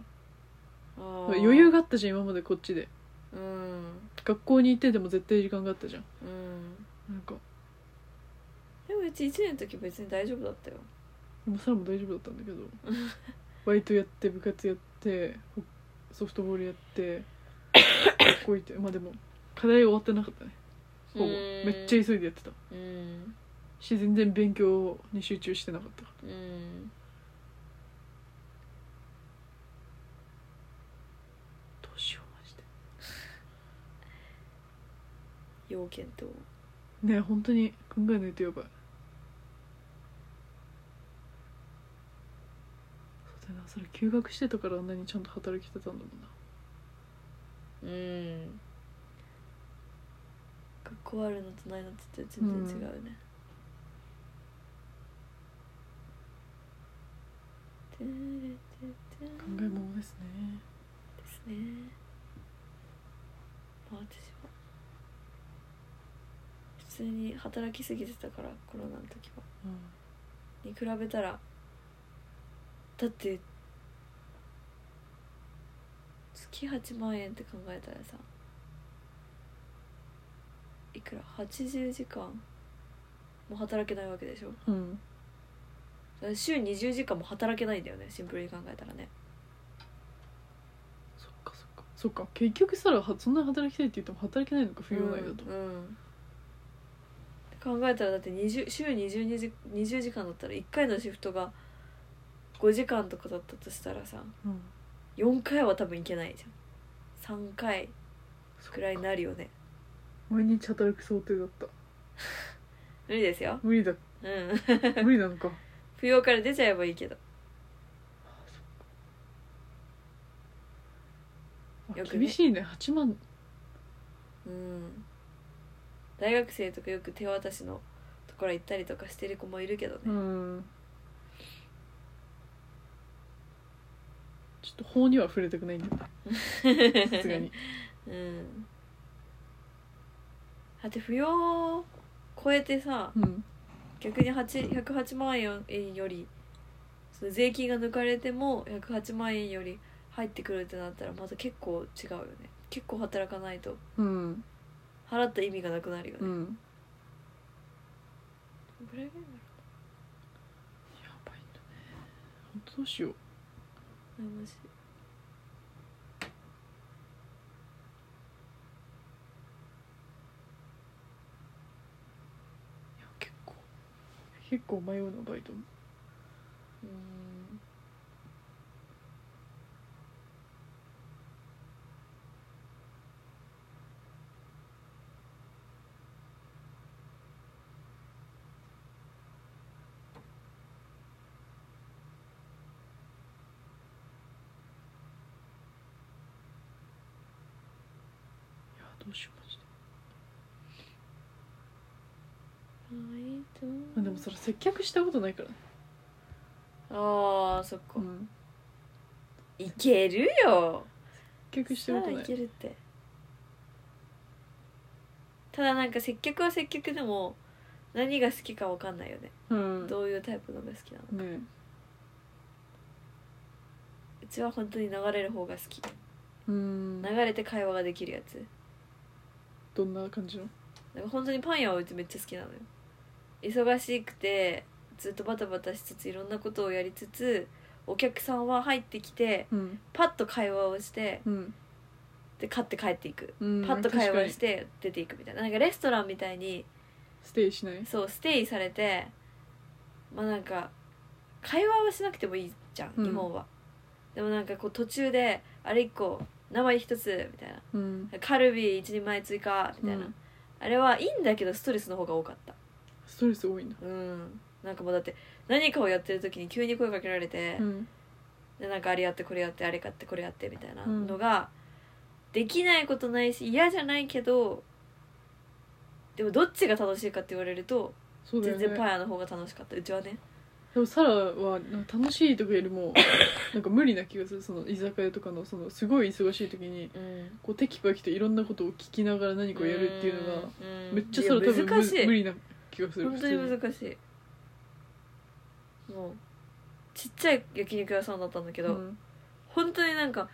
Speaker 2: あー
Speaker 1: 余裕があったじゃん今までこっちで
Speaker 2: うん
Speaker 1: 学校に行ってても絶対時間があったじゃん
Speaker 2: うん
Speaker 1: なんか
Speaker 2: でもうち1年の時別に大丈夫だったよ
Speaker 1: でもサラも大丈夫だったんだけどバイトやって部活やってほソフトボールやって学校行ってまあでも課題終わってなかったねほぼ
Speaker 2: うーん
Speaker 1: めっちゃ急いでやってた
Speaker 2: うん
Speaker 1: し全然勉強に集中してなかった
Speaker 2: うん要件って思う
Speaker 1: ね本当に考えないとやばいそうだよなそれ休学してたからあんなにちゃんと働けてたんだもんな
Speaker 2: うん学校あるのとないのって全然違うね、てれてて
Speaker 1: 考えものですね
Speaker 2: ですねまあ私は普通に働きすぎてたからコロナの時は
Speaker 1: うん
Speaker 2: に比べたらだって月8万円って考えたらさいくら80時間も働けないわけでしょだ
Speaker 1: うん
Speaker 2: から週20時間も働けないんだよねシンプルに考えたらね
Speaker 1: そっかそっかそっか結局さらはそんな働きたいって言っても働けないのか不要内だと、
Speaker 2: うんうん考えたらだって20週22時 ,20 時間だったら1回のシフトが5時間とかだったとしたらさ
Speaker 1: うん、
Speaker 2: 4回は多分いけないじゃん3回
Speaker 1: そっか
Speaker 2: くらいになるよね
Speaker 1: 毎日働く想定だった
Speaker 2: 無理ですよ
Speaker 1: 無理 だ
Speaker 2: うん
Speaker 1: 無理なのか
Speaker 2: 扶養から出ちゃえばいいけど
Speaker 1: あ
Speaker 2: よくね
Speaker 1: 厳しいね8万
Speaker 2: うん大学生とかよく手渡しのところ行ったりとかしてる子もいるけどね、
Speaker 1: うんちょっと法には触れたくないんだよねさす がに
Speaker 2: うんだって扶養を超えてさ
Speaker 1: うん
Speaker 2: 逆に8 108万円よりその税金が抜かれても108万円より入ってくるってなったらまた結構違うよね結構働かないと
Speaker 1: うん
Speaker 2: 払った意味がなくなるよね、
Speaker 1: うん
Speaker 2: どれぐらいだろ
Speaker 1: やばいんだね本当どうしよう
Speaker 2: うねマジ
Speaker 1: いや結構結構迷うなバイトも
Speaker 2: うん
Speaker 1: いやどうしようマジで
Speaker 2: バ
Speaker 1: あ
Speaker 2: イト
Speaker 1: でもそれ接客したことないからね
Speaker 2: ああそっか、
Speaker 1: うん
Speaker 2: いけるよ
Speaker 1: 接客したこと
Speaker 2: さあ
Speaker 1: ないい
Speaker 2: けるってただなんか接客は接客でも何が好きかわかんないよね、
Speaker 1: うん
Speaker 2: どういうタイプのが好きなの
Speaker 1: ね
Speaker 2: うちは本当に流れる方が好き
Speaker 1: うん
Speaker 2: 流れて会話ができるやつ
Speaker 1: どんな感じの
Speaker 2: なんか本当にパン屋はうちめっちゃ好きなのよ忙しくてずっとバタバタしつついろんなことをやりつつお客さんは入ってきて
Speaker 1: うん
Speaker 2: パッと会話をして
Speaker 1: うん
Speaker 2: で買って帰っていく
Speaker 1: うん
Speaker 2: パッと会話してて出ていくみたいななんかレストランみたいに
Speaker 1: ステイしない
Speaker 2: そうステイされてまあなんか会話はしなくてもいいじゃん、
Speaker 1: うん
Speaker 2: 日本はでもなんかこう途中であれ一個名前一つみたいな
Speaker 1: うん
Speaker 2: カルビ一人前追加みたいな、
Speaker 1: うん
Speaker 2: あれはいいんだけどストレスの方が多かった
Speaker 1: ストレス多いんだ
Speaker 2: うんなんかもうだって何かをやってる時に急に声かけられて、
Speaker 1: うん
Speaker 2: でなんかあれやってこれやってあれ買ってこれやってみたいな
Speaker 1: うん
Speaker 2: のが、できないことないし嫌じゃないけどでもどっちが楽しいかって言われると
Speaker 1: そうだよ
Speaker 2: 全
Speaker 1: ね
Speaker 2: 然パン屋の方が楽しかったうちはね
Speaker 1: でもサラはなんか楽しい時より もなんか無理な気がするその居酒屋とかのそのすごい忙しい時に
Speaker 2: うん
Speaker 1: こうテキパキといろんなことを聞きながら何かをやるっていうのが
Speaker 2: うん
Speaker 1: めっちゃサラ多分
Speaker 2: いや難し
Speaker 1: 無無
Speaker 2: い
Speaker 1: 理な気がする
Speaker 2: 本当に難しいもうちっちゃい焼肉屋さんだったんだけど、
Speaker 1: うん
Speaker 2: 本当になんか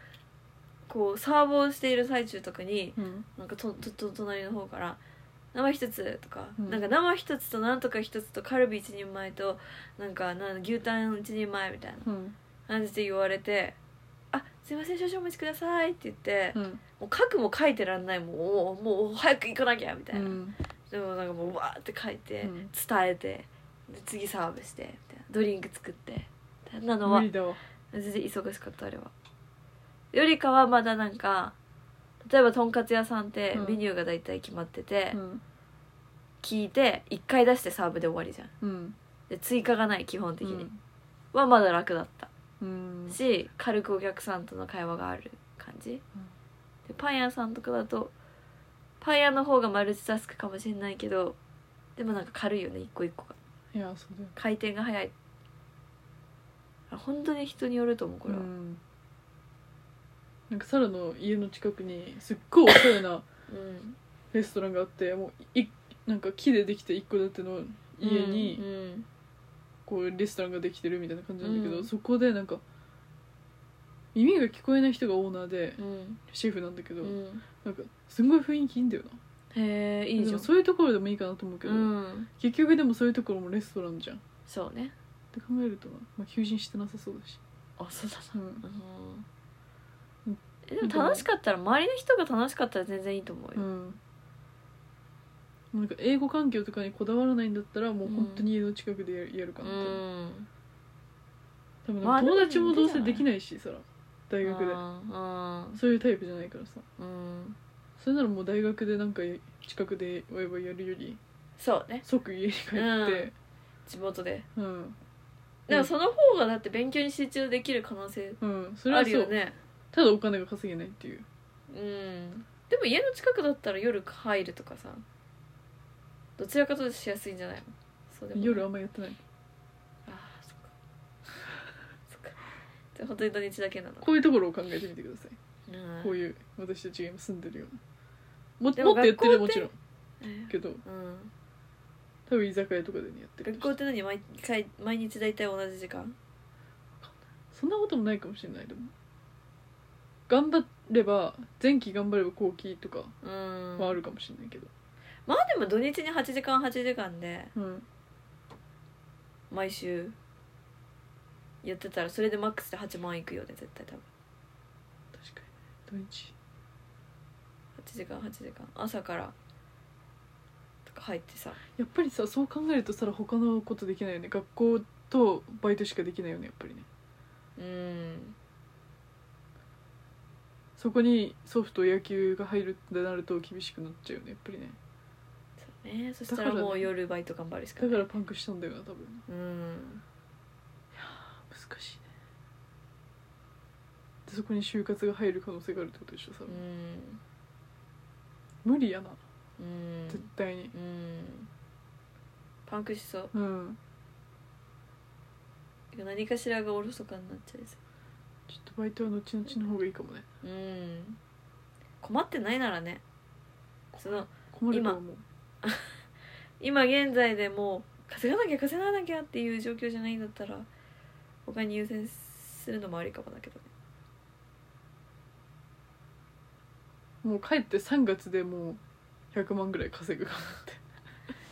Speaker 2: こうサーブをしている最中とかに
Speaker 1: うん
Speaker 2: なんかととと隣の方から「生一つ」とか、
Speaker 1: うん
Speaker 2: なんか生一つとなんとか一つとカルビ一人前となんかなん牛タン一人前みたいな
Speaker 1: うん
Speaker 2: 感じで言われて「あすいません少々お待ちください」って言って、
Speaker 1: うん
Speaker 2: もう書くも書いてらんないもうおーもう早く行かなきゃみた
Speaker 1: う
Speaker 2: いな、
Speaker 1: ん
Speaker 2: でもなんかもうわーって書いて、
Speaker 1: うん
Speaker 2: 伝えてで次サーブしてみたいなドリンク作ってみたいなの
Speaker 1: 無
Speaker 2: は
Speaker 1: 理だわ
Speaker 2: 全然忙しかったあれはよりかはまだなんか例えばとんかつ屋さんって
Speaker 1: うん
Speaker 2: メニューが大体決まってて、
Speaker 1: うん
Speaker 2: 聞いて1回出してサーブで終わりじゃん
Speaker 1: うん
Speaker 2: で追加がない基本的に、はまだ楽だった
Speaker 1: うん
Speaker 2: し軽くお客さんとの会話がある感じ、
Speaker 1: うん
Speaker 2: でパン屋さんとかだとパン屋の方がマルチタスクかもしれないけどでもなんか軽いよね一個一個が
Speaker 1: いやそうだよ
Speaker 2: 回転が早いあ本当に人によると思うこれは、
Speaker 1: うんなんかサラの家の近くにすっごいおしゃれな
Speaker 2: うん
Speaker 1: レストランがあってもういなんか木でできた一戸建ての家に、
Speaker 2: うん
Speaker 1: こうレストランができてるみたいな感じなんだけど、
Speaker 2: うん
Speaker 1: そこでなんか耳が聞こえない人がオーナーで
Speaker 2: うん
Speaker 1: シェフなんだけ
Speaker 2: う
Speaker 1: ど、
Speaker 2: んうん
Speaker 1: なんかすんごい雰囲気いいんだよな
Speaker 2: へえいい
Speaker 1: で
Speaker 2: じゃ
Speaker 1: も
Speaker 2: ん
Speaker 1: そういうところでもいいかなと思うけど、
Speaker 2: うん
Speaker 1: 結局でもそういうところもレストランじゃんっ
Speaker 2: そうね
Speaker 1: て考えるとな、まあ、求人してなさそうだし、
Speaker 2: あそうだ
Speaker 1: うん
Speaker 2: なうんえでも楽しかったら周りの人が楽しかったら全然いいと思うよ、
Speaker 1: なんか英語環境とかにこだわらないんだったらもう本当に家の近くでやるやるかなって、
Speaker 2: うん
Speaker 1: 多分
Speaker 2: まあ
Speaker 1: 友達もどう
Speaker 2: で
Speaker 1: せ
Speaker 2: もい
Speaker 1: で
Speaker 2: いんじゃない
Speaker 1: きないしさ大学で
Speaker 2: うん
Speaker 1: そういうタイプじゃないからさ
Speaker 2: うんうん
Speaker 1: それならもう大学でなんか近くでワイワイやるより
Speaker 2: そうね
Speaker 1: 即家に帰って
Speaker 2: 地元で
Speaker 1: うん、
Speaker 2: でもその方がだって勉強に集中できる可能性
Speaker 1: うんそれ
Speaker 2: あ
Speaker 1: は
Speaker 2: る
Speaker 1: そう、
Speaker 2: よね
Speaker 1: ただお金が稼げないっていう
Speaker 2: うんでも家の近くだったら夜入るとかさどちらかとしやすいんじゃないのそうでもない
Speaker 1: 夜あんまやってない
Speaker 2: あーそっかそっかじゃあ本当に土日だけなの
Speaker 1: こういうところを考えてみてください、
Speaker 2: うん
Speaker 1: こういう私たちが今住んでるようなも
Speaker 2: で
Speaker 1: も
Speaker 2: も
Speaker 1: っとやってる
Speaker 2: 学校
Speaker 1: も
Speaker 2: って
Speaker 1: ちろんけど
Speaker 2: うん
Speaker 1: 多分居酒屋とかでねやってる
Speaker 2: 学校って何毎回毎日大体同じ時間
Speaker 1: そんなこともないかもしれないでも頑張れば前期頑張れば後期とか
Speaker 2: うん
Speaker 1: はあるかもしれないけど
Speaker 2: まあでも土日に8時間8時間で
Speaker 1: うん
Speaker 2: 毎週やってたらそれでマックスで8万いくよね絶対多分
Speaker 1: 確かに土日
Speaker 2: 8時間8時間朝からとか入ってさ
Speaker 1: やっぱりさそう考えるとさ他のことできないよね学校とバイトしかできないよねやっぱりね
Speaker 2: うん
Speaker 1: そこにソフト野球が入るってなると厳しくなっちゃうよねやっぱりね
Speaker 2: そうねそしたらもう夜バイト頑張るしか
Speaker 1: だ
Speaker 2: な
Speaker 1: か
Speaker 2: い
Speaker 1: らパンクしたんだよな多分
Speaker 2: うん
Speaker 1: 難しいねでそこに就活が入る可能性があるってことでしょさ、
Speaker 2: うん
Speaker 1: 無理やな
Speaker 2: うん
Speaker 1: 絶対に
Speaker 2: うんパンクしそう
Speaker 1: うん
Speaker 2: 何かしらがおろそかになっちゃいそ
Speaker 1: ちょっとバイトは後々の方がいいかもね
Speaker 2: ううん困ってないならねその
Speaker 1: 困ると思う
Speaker 2: 今現在でもう稼がなきゃ稼がなきゃっていう状況じゃないんだったら他に優先するのもありかもだけどね
Speaker 1: もう帰って3月でもう100万ぐらい稼ぐかなって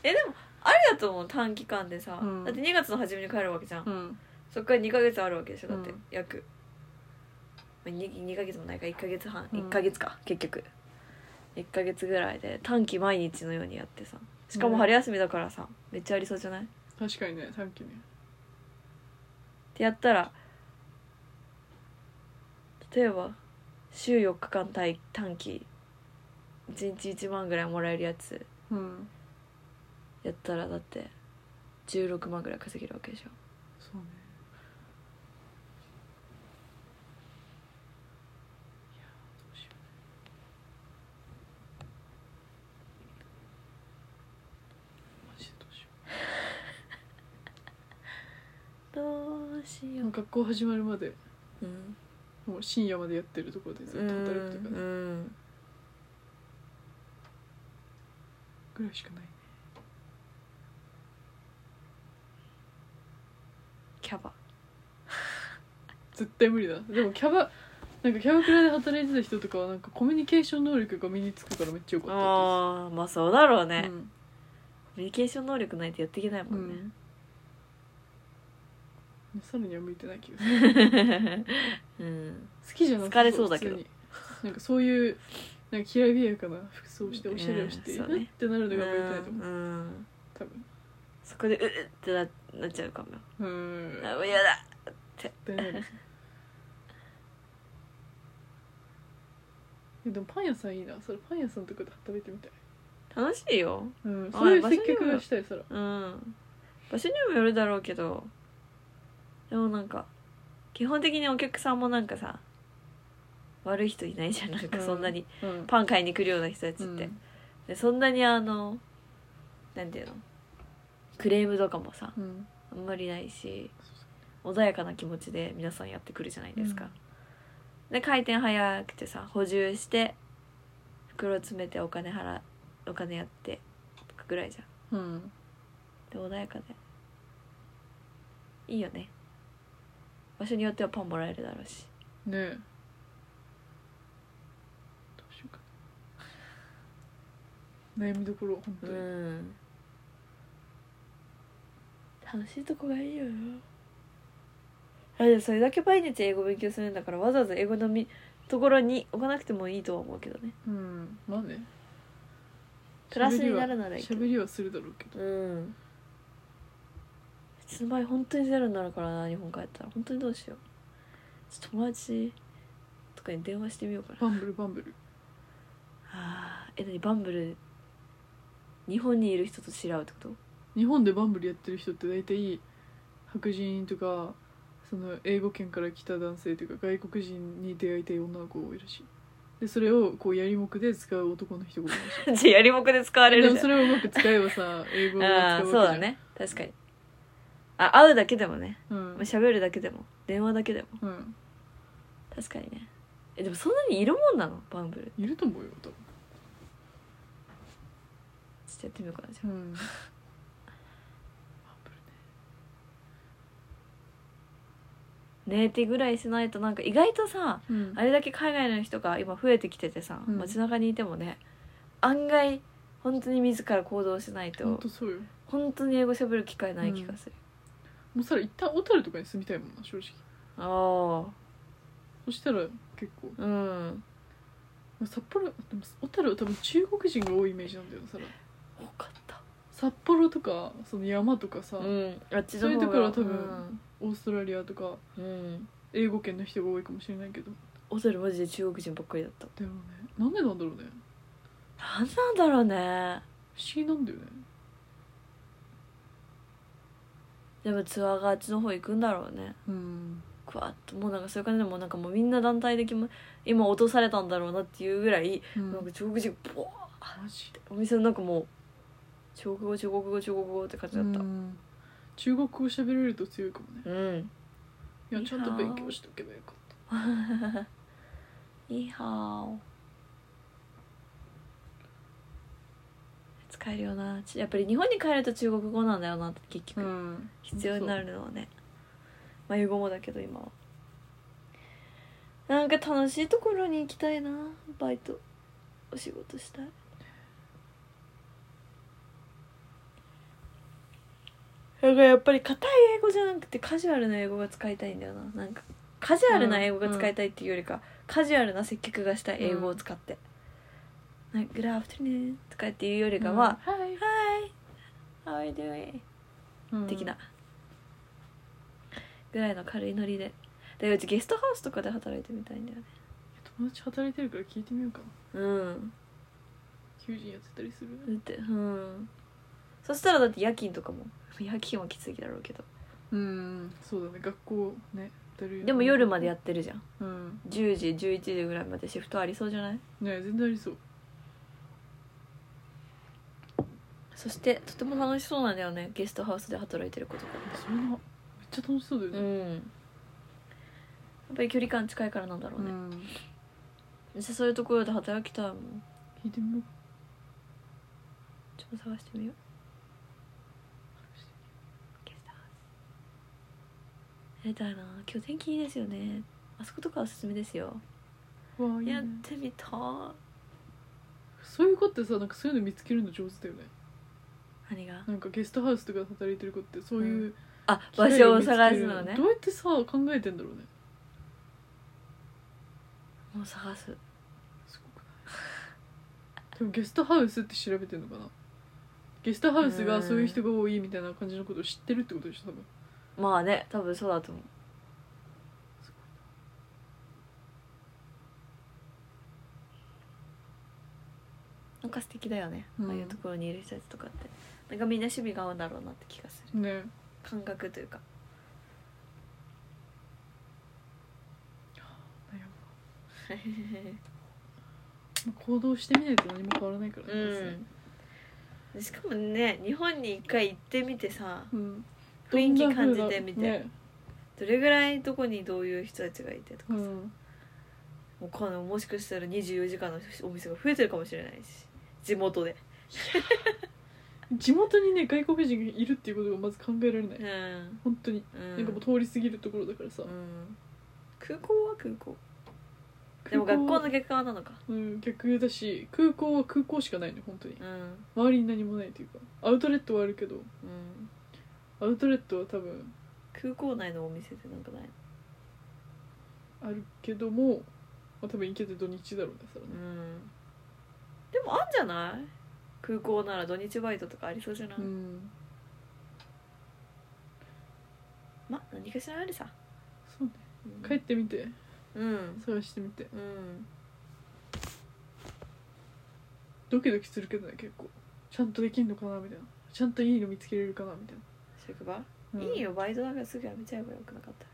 Speaker 2: えでもあれだと思う短期間でさ、
Speaker 1: うん
Speaker 2: だって2月の初めに帰るわけじゃん、
Speaker 1: うん
Speaker 2: そっから2ヶ月あるわけでしょだって、
Speaker 1: うん
Speaker 2: 約、まあ、2, 2ヶ月もないか1ヶ月半
Speaker 1: うん
Speaker 2: 1ヶ月か、結局1ヶ月ぐらいで短期毎日のようにやってさしかも春休みだからさ、めっちゃありそうじゃない
Speaker 1: 確かにね短期ね
Speaker 2: ってやったら例えば週4日間短短期1日1万ぐらいもらえるやつ
Speaker 1: うん
Speaker 2: やったらだって16万ぐらい稼げるわけでしょ
Speaker 1: そうねいやどうしようマジでどうしよ
Speaker 2: どうし
Speaker 1: う
Speaker 2: よ
Speaker 1: もう
Speaker 2: う
Speaker 1: 学校始まるまで
Speaker 2: うん
Speaker 1: もう深夜までやってるところでずっと働くとか
Speaker 2: うん
Speaker 1: ぐらいしかないね
Speaker 2: キャバ
Speaker 1: 絶対無理だでもキャバなんかキャバクラで働いてた人とかはなんかコミュニケーション能力が身につくからめっちゃ良かったで
Speaker 2: ああまあそうだろうね、
Speaker 1: す
Speaker 2: コ
Speaker 1: うん
Speaker 2: ミュニケーション能力ないとやっていけないも
Speaker 1: うん
Speaker 2: ね、
Speaker 1: んさらには向いてない気がする
Speaker 2: うん
Speaker 1: 好きじゃなさ
Speaker 2: 疲れそうだけど
Speaker 1: 普通になんかそういうなんかきらびやかな服装をしておしゃれをして、
Speaker 2: うんそう
Speaker 1: う
Speaker 2: ね
Speaker 1: んってなるのが向いてないと思う、
Speaker 2: うん
Speaker 1: 多分
Speaker 2: そこでううってななっちゃうかもよ
Speaker 1: うーん
Speaker 2: あもうやだ
Speaker 1: 絶対なるえでもパン屋さんいいなそれパン屋さんとかで働いてみたい、
Speaker 2: 楽しいよ
Speaker 1: うん、
Speaker 2: あ
Speaker 1: そういう
Speaker 2: 場所
Speaker 1: 接
Speaker 2: にも
Speaker 1: 客がしたいそら
Speaker 2: うん場所にもよるだろうけどでもなんか基本的にお客さんもなんかさ悪い人いないじゃんなんか
Speaker 1: うん
Speaker 2: そんなに
Speaker 1: うん
Speaker 2: パン買いに来るような人たちっ
Speaker 1: うん
Speaker 2: て、でそんなにあのなんていうのクレームとかもさ
Speaker 1: うん
Speaker 2: あんまりないし穏やかな気持ちで皆さんやってくるじゃないですか、で回転早くてさ補充して袋詰めてお金払お金やってとかぐらいじゃん
Speaker 1: うん
Speaker 2: で穏やかでいいよね場所によってはパンもらえるだろうし
Speaker 1: ねえどうしようかな悩みどころ本当に、
Speaker 2: ん楽しいとこがいいよあれそれだけ毎日英語勉強するんだからわざわざ英語のみところに置かなくてもいいとは思うけどね
Speaker 1: うん、まあね
Speaker 2: プラスになるならいいけど
Speaker 1: 喋りはするだろうけど
Speaker 2: うんうちの場合本当にゼロになるからな日本帰ったら本当にどうしようちょっと友達とかに電話してみようかな
Speaker 1: バンブルバンブル
Speaker 2: あーえ何バンブル日本にいる人と知り合うってこと
Speaker 1: 日本でバンブルやってる人って大体白人とかその英語圏から来た男性というか外国人に出会いたい女の子が多いらしいでそれをこうやりもくで使う男の人が多いらし
Speaker 2: じ ゃあやりもくで使われ
Speaker 1: いで
Speaker 2: る
Speaker 1: も
Speaker 2: じゃ
Speaker 1: そ
Speaker 2: ん
Speaker 1: れをうまく使えばさ英語を使うわ
Speaker 2: ああ
Speaker 1: けじゃ
Speaker 2: ー
Speaker 1: ん
Speaker 2: そうだ、ね確かにあ会うだけでもね
Speaker 1: うん
Speaker 2: まあ喋るだけでも電話だけでも
Speaker 1: うん、
Speaker 2: 確かにねえでもそんなにいるもんなのバンブルちょ
Speaker 1: いると思うよ多
Speaker 2: っとやってみようかなじゃ
Speaker 1: 分、 うん、バンブルね
Speaker 2: あネイティぐらいしないとなんか意外とさ
Speaker 1: うん
Speaker 2: あれだけ海外の人が今増えてきててさ、
Speaker 1: うん
Speaker 2: 街中にいてもね案外本当に自ら行動しない
Speaker 1: ほん
Speaker 2: と
Speaker 1: とそうよ
Speaker 2: 本当に英語喋る機会ない気がする、
Speaker 1: もうそれ一旦小樽とかに住みたいもんな正直
Speaker 2: あ
Speaker 1: そしたら結構
Speaker 2: あうん
Speaker 1: 札幌でも小樽は多分中国人が多いイメージなんだよなそれ
Speaker 2: 多かった
Speaker 1: 札幌とかその山とかさ、
Speaker 2: うんあっちの方が
Speaker 1: そういうところは多分オーストラリアとか
Speaker 2: うん、うん、
Speaker 1: 英語圏の人が多いかもしれないけど
Speaker 2: 小樽マジで中国人ばっかりだった
Speaker 1: でもねなんでなんだろうね
Speaker 2: なんなんだろうね
Speaker 1: 不思議なんだよね
Speaker 2: でもツアーがあっちの方行くんだろうね
Speaker 1: うん
Speaker 2: クワッともうなんかそういう感じでもうなんかもうみんな団体的も今落とされたんだろうなっていうぐらい、
Speaker 1: うん
Speaker 2: な
Speaker 1: マ
Speaker 2: んか中国人がボワー
Speaker 1: ジ
Speaker 2: お店の中もう中国語中国語中国語って感じだった
Speaker 1: うん中国語喋れると強いかもね
Speaker 2: うん、
Speaker 1: いやちゃんと勉強しておけばよかった
Speaker 2: いいはお使えるよなちやっぱり日本に帰ると中国語なんだよなって結局、
Speaker 1: ん
Speaker 2: 必要になるのはねまあ英語もだけど今はなんか楽しいところに行きたいなバイトお仕事したいなんかやっぱり硬い英語じゃなくてカジュアルな英語が使いたいんだよななんかカジュアルな英語が使いたいっていうよりか、カジュアルな接客がしたい英語を使って「なんか Good afternoon」とかっていうよりかは
Speaker 1: うんはい
Speaker 2: 「Hi how are you doing?」
Speaker 1: うん
Speaker 2: 的なぐらいの軽いノリででうちゲストハウスとかで働いてみたいんだよね
Speaker 1: 友達働いてるから聞いてみようかな
Speaker 2: うん
Speaker 1: 求人やってたりする
Speaker 2: だってうんそしたらだって夜勤とかも 夜勤はきついだろうけど
Speaker 1: うんそうだね学校ねだるいよね
Speaker 2: でも夜までやってるじゃん
Speaker 1: うん
Speaker 2: 10時11時ぐらいまでシフトありそうじゃない
Speaker 1: ね全然ありそう
Speaker 2: そしてとても楽しそうなんだよねゲストハウスで働いてることが
Speaker 1: それなめっちゃ楽しそうだよ
Speaker 2: う
Speaker 1: ね、
Speaker 2: んやっぱり距離感近いからなんだろうね、
Speaker 1: ん
Speaker 2: 実際そういうところで働きたいもん
Speaker 1: 聞いてみよう
Speaker 2: ちょっと探してみようゲストハウスやりたいな今日天気いいですよねあそことかおすすめですよ
Speaker 1: わあいい
Speaker 2: やっ
Speaker 1: ね
Speaker 2: てみたい
Speaker 1: そういう子ってさなんかそういうの見つけるの上手だよね
Speaker 2: 何が
Speaker 1: なんかゲストハウスとかで働いてる子ってそういう
Speaker 2: あ
Speaker 1: 機
Speaker 2: 場
Speaker 1: 会
Speaker 2: 所を
Speaker 1: 見つける
Speaker 2: 探すのね
Speaker 1: どうやってさ考えてんだろうね
Speaker 2: もう探す
Speaker 1: すごくないでもゲストハウスって調べてんのかなゲストハウスがそういう人が多いみたいな感じのことを知ってるってことでしょ多分
Speaker 2: まあね多分そうだと思うなんか素敵だよね、
Speaker 1: うん
Speaker 2: ああいうところにいる人たちとかってなんかみんな趣味が合うんだろうなって気がする
Speaker 1: ね
Speaker 2: 感覚というか
Speaker 1: 悩む行動してみないと何も変わらないからね
Speaker 2: うんしかもね日本に一回行ってみてさ
Speaker 1: うん
Speaker 2: 雰囲気感じてみて、
Speaker 1: ね
Speaker 2: どれぐらいどこにどういう人たちがいてとか
Speaker 1: う
Speaker 2: さ、
Speaker 1: ん
Speaker 2: わかんないもしかしたら24時間のお店が増えてるかもしれないし地元で、
Speaker 1: 地元にね外国人がいるっていうことがまず考えられない、
Speaker 2: うん
Speaker 1: 本当に、
Speaker 2: うん
Speaker 1: なんかもう通り過ぎるところだからさ、
Speaker 2: うん空港は空港でも学校の逆側なのか
Speaker 1: うん、逆だし空港は空港しかないね本当に
Speaker 2: うんうん
Speaker 1: 周りに何もないというかアウトレットはあるけどアウトレットは多分
Speaker 2: 空港内のお店ってなんかない
Speaker 1: あるけども、まあ、多分行けて土日だろうねそれ
Speaker 2: う
Speaker 1: ね
Speaker 2: んでもあんじゃない空港なら土日バイトとかありそうじゃない、
Speaker 1: うん
Speaker 2: ま何かしらあるさ
Speaker 1: そうね
Speaker 2: うん
Speaker 1: 帰ってみて
Speaker 2: うん
Speaker 1: 探してみて
Speaker 2: うん
Speaker 1: ドキドキするけどね結構ちゃんとできんのかなみたいなちゃんといいの見つけれるかなみたい
Speaker 2: 職場、
Speaker 1: な、うん
Speaker 2: いいよバイトなんかすぐ辞めちゃえばよくなかった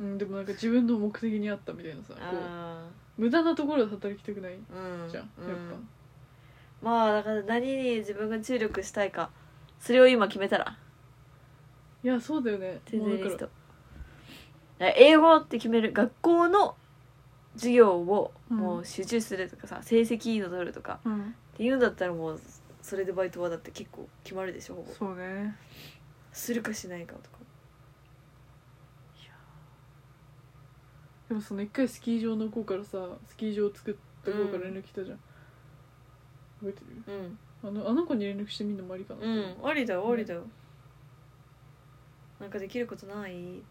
Speaker 1: うん、でもなんか自分の目的に合ったみたいなさこう
Speaker 2: あ
Speaker 1: 無駄なところで働きたくない
Speaker 2: あうん
Speaker 1: じゃん、
Speaker 2: うん
Speaker 1: やっ
Speaker 2: まあだから何に自分が注力したいかそれを今決めたら
Speaker 1: ぱいやそうだよね
Speaker 2: 全然リ
Speaker 1: もう
Speaker 2: ス
Speaker 1: だか
Speaker 2: ト英語って決める学校の授業をもう集中するとかさ、成績いいの取るとから
Speaker 1: うん
Speaker 2: っていうんだったらもうそれでバイトはだって結構決まるでしょほぼ
Speaker 1: そうね
Speaker 2: するかしないかとか
Speaker 1: でもその一回スキー場の子からさスキー場を作った子から連絡来たじゃん、覚えてる
Speaker 2: う
Speaker 1: あ
Speaker 2: ん
Speaker 1: のあの子に連絡してみるのもありかな、
Speaker 2: うんありだよありだよ、なんかできることないって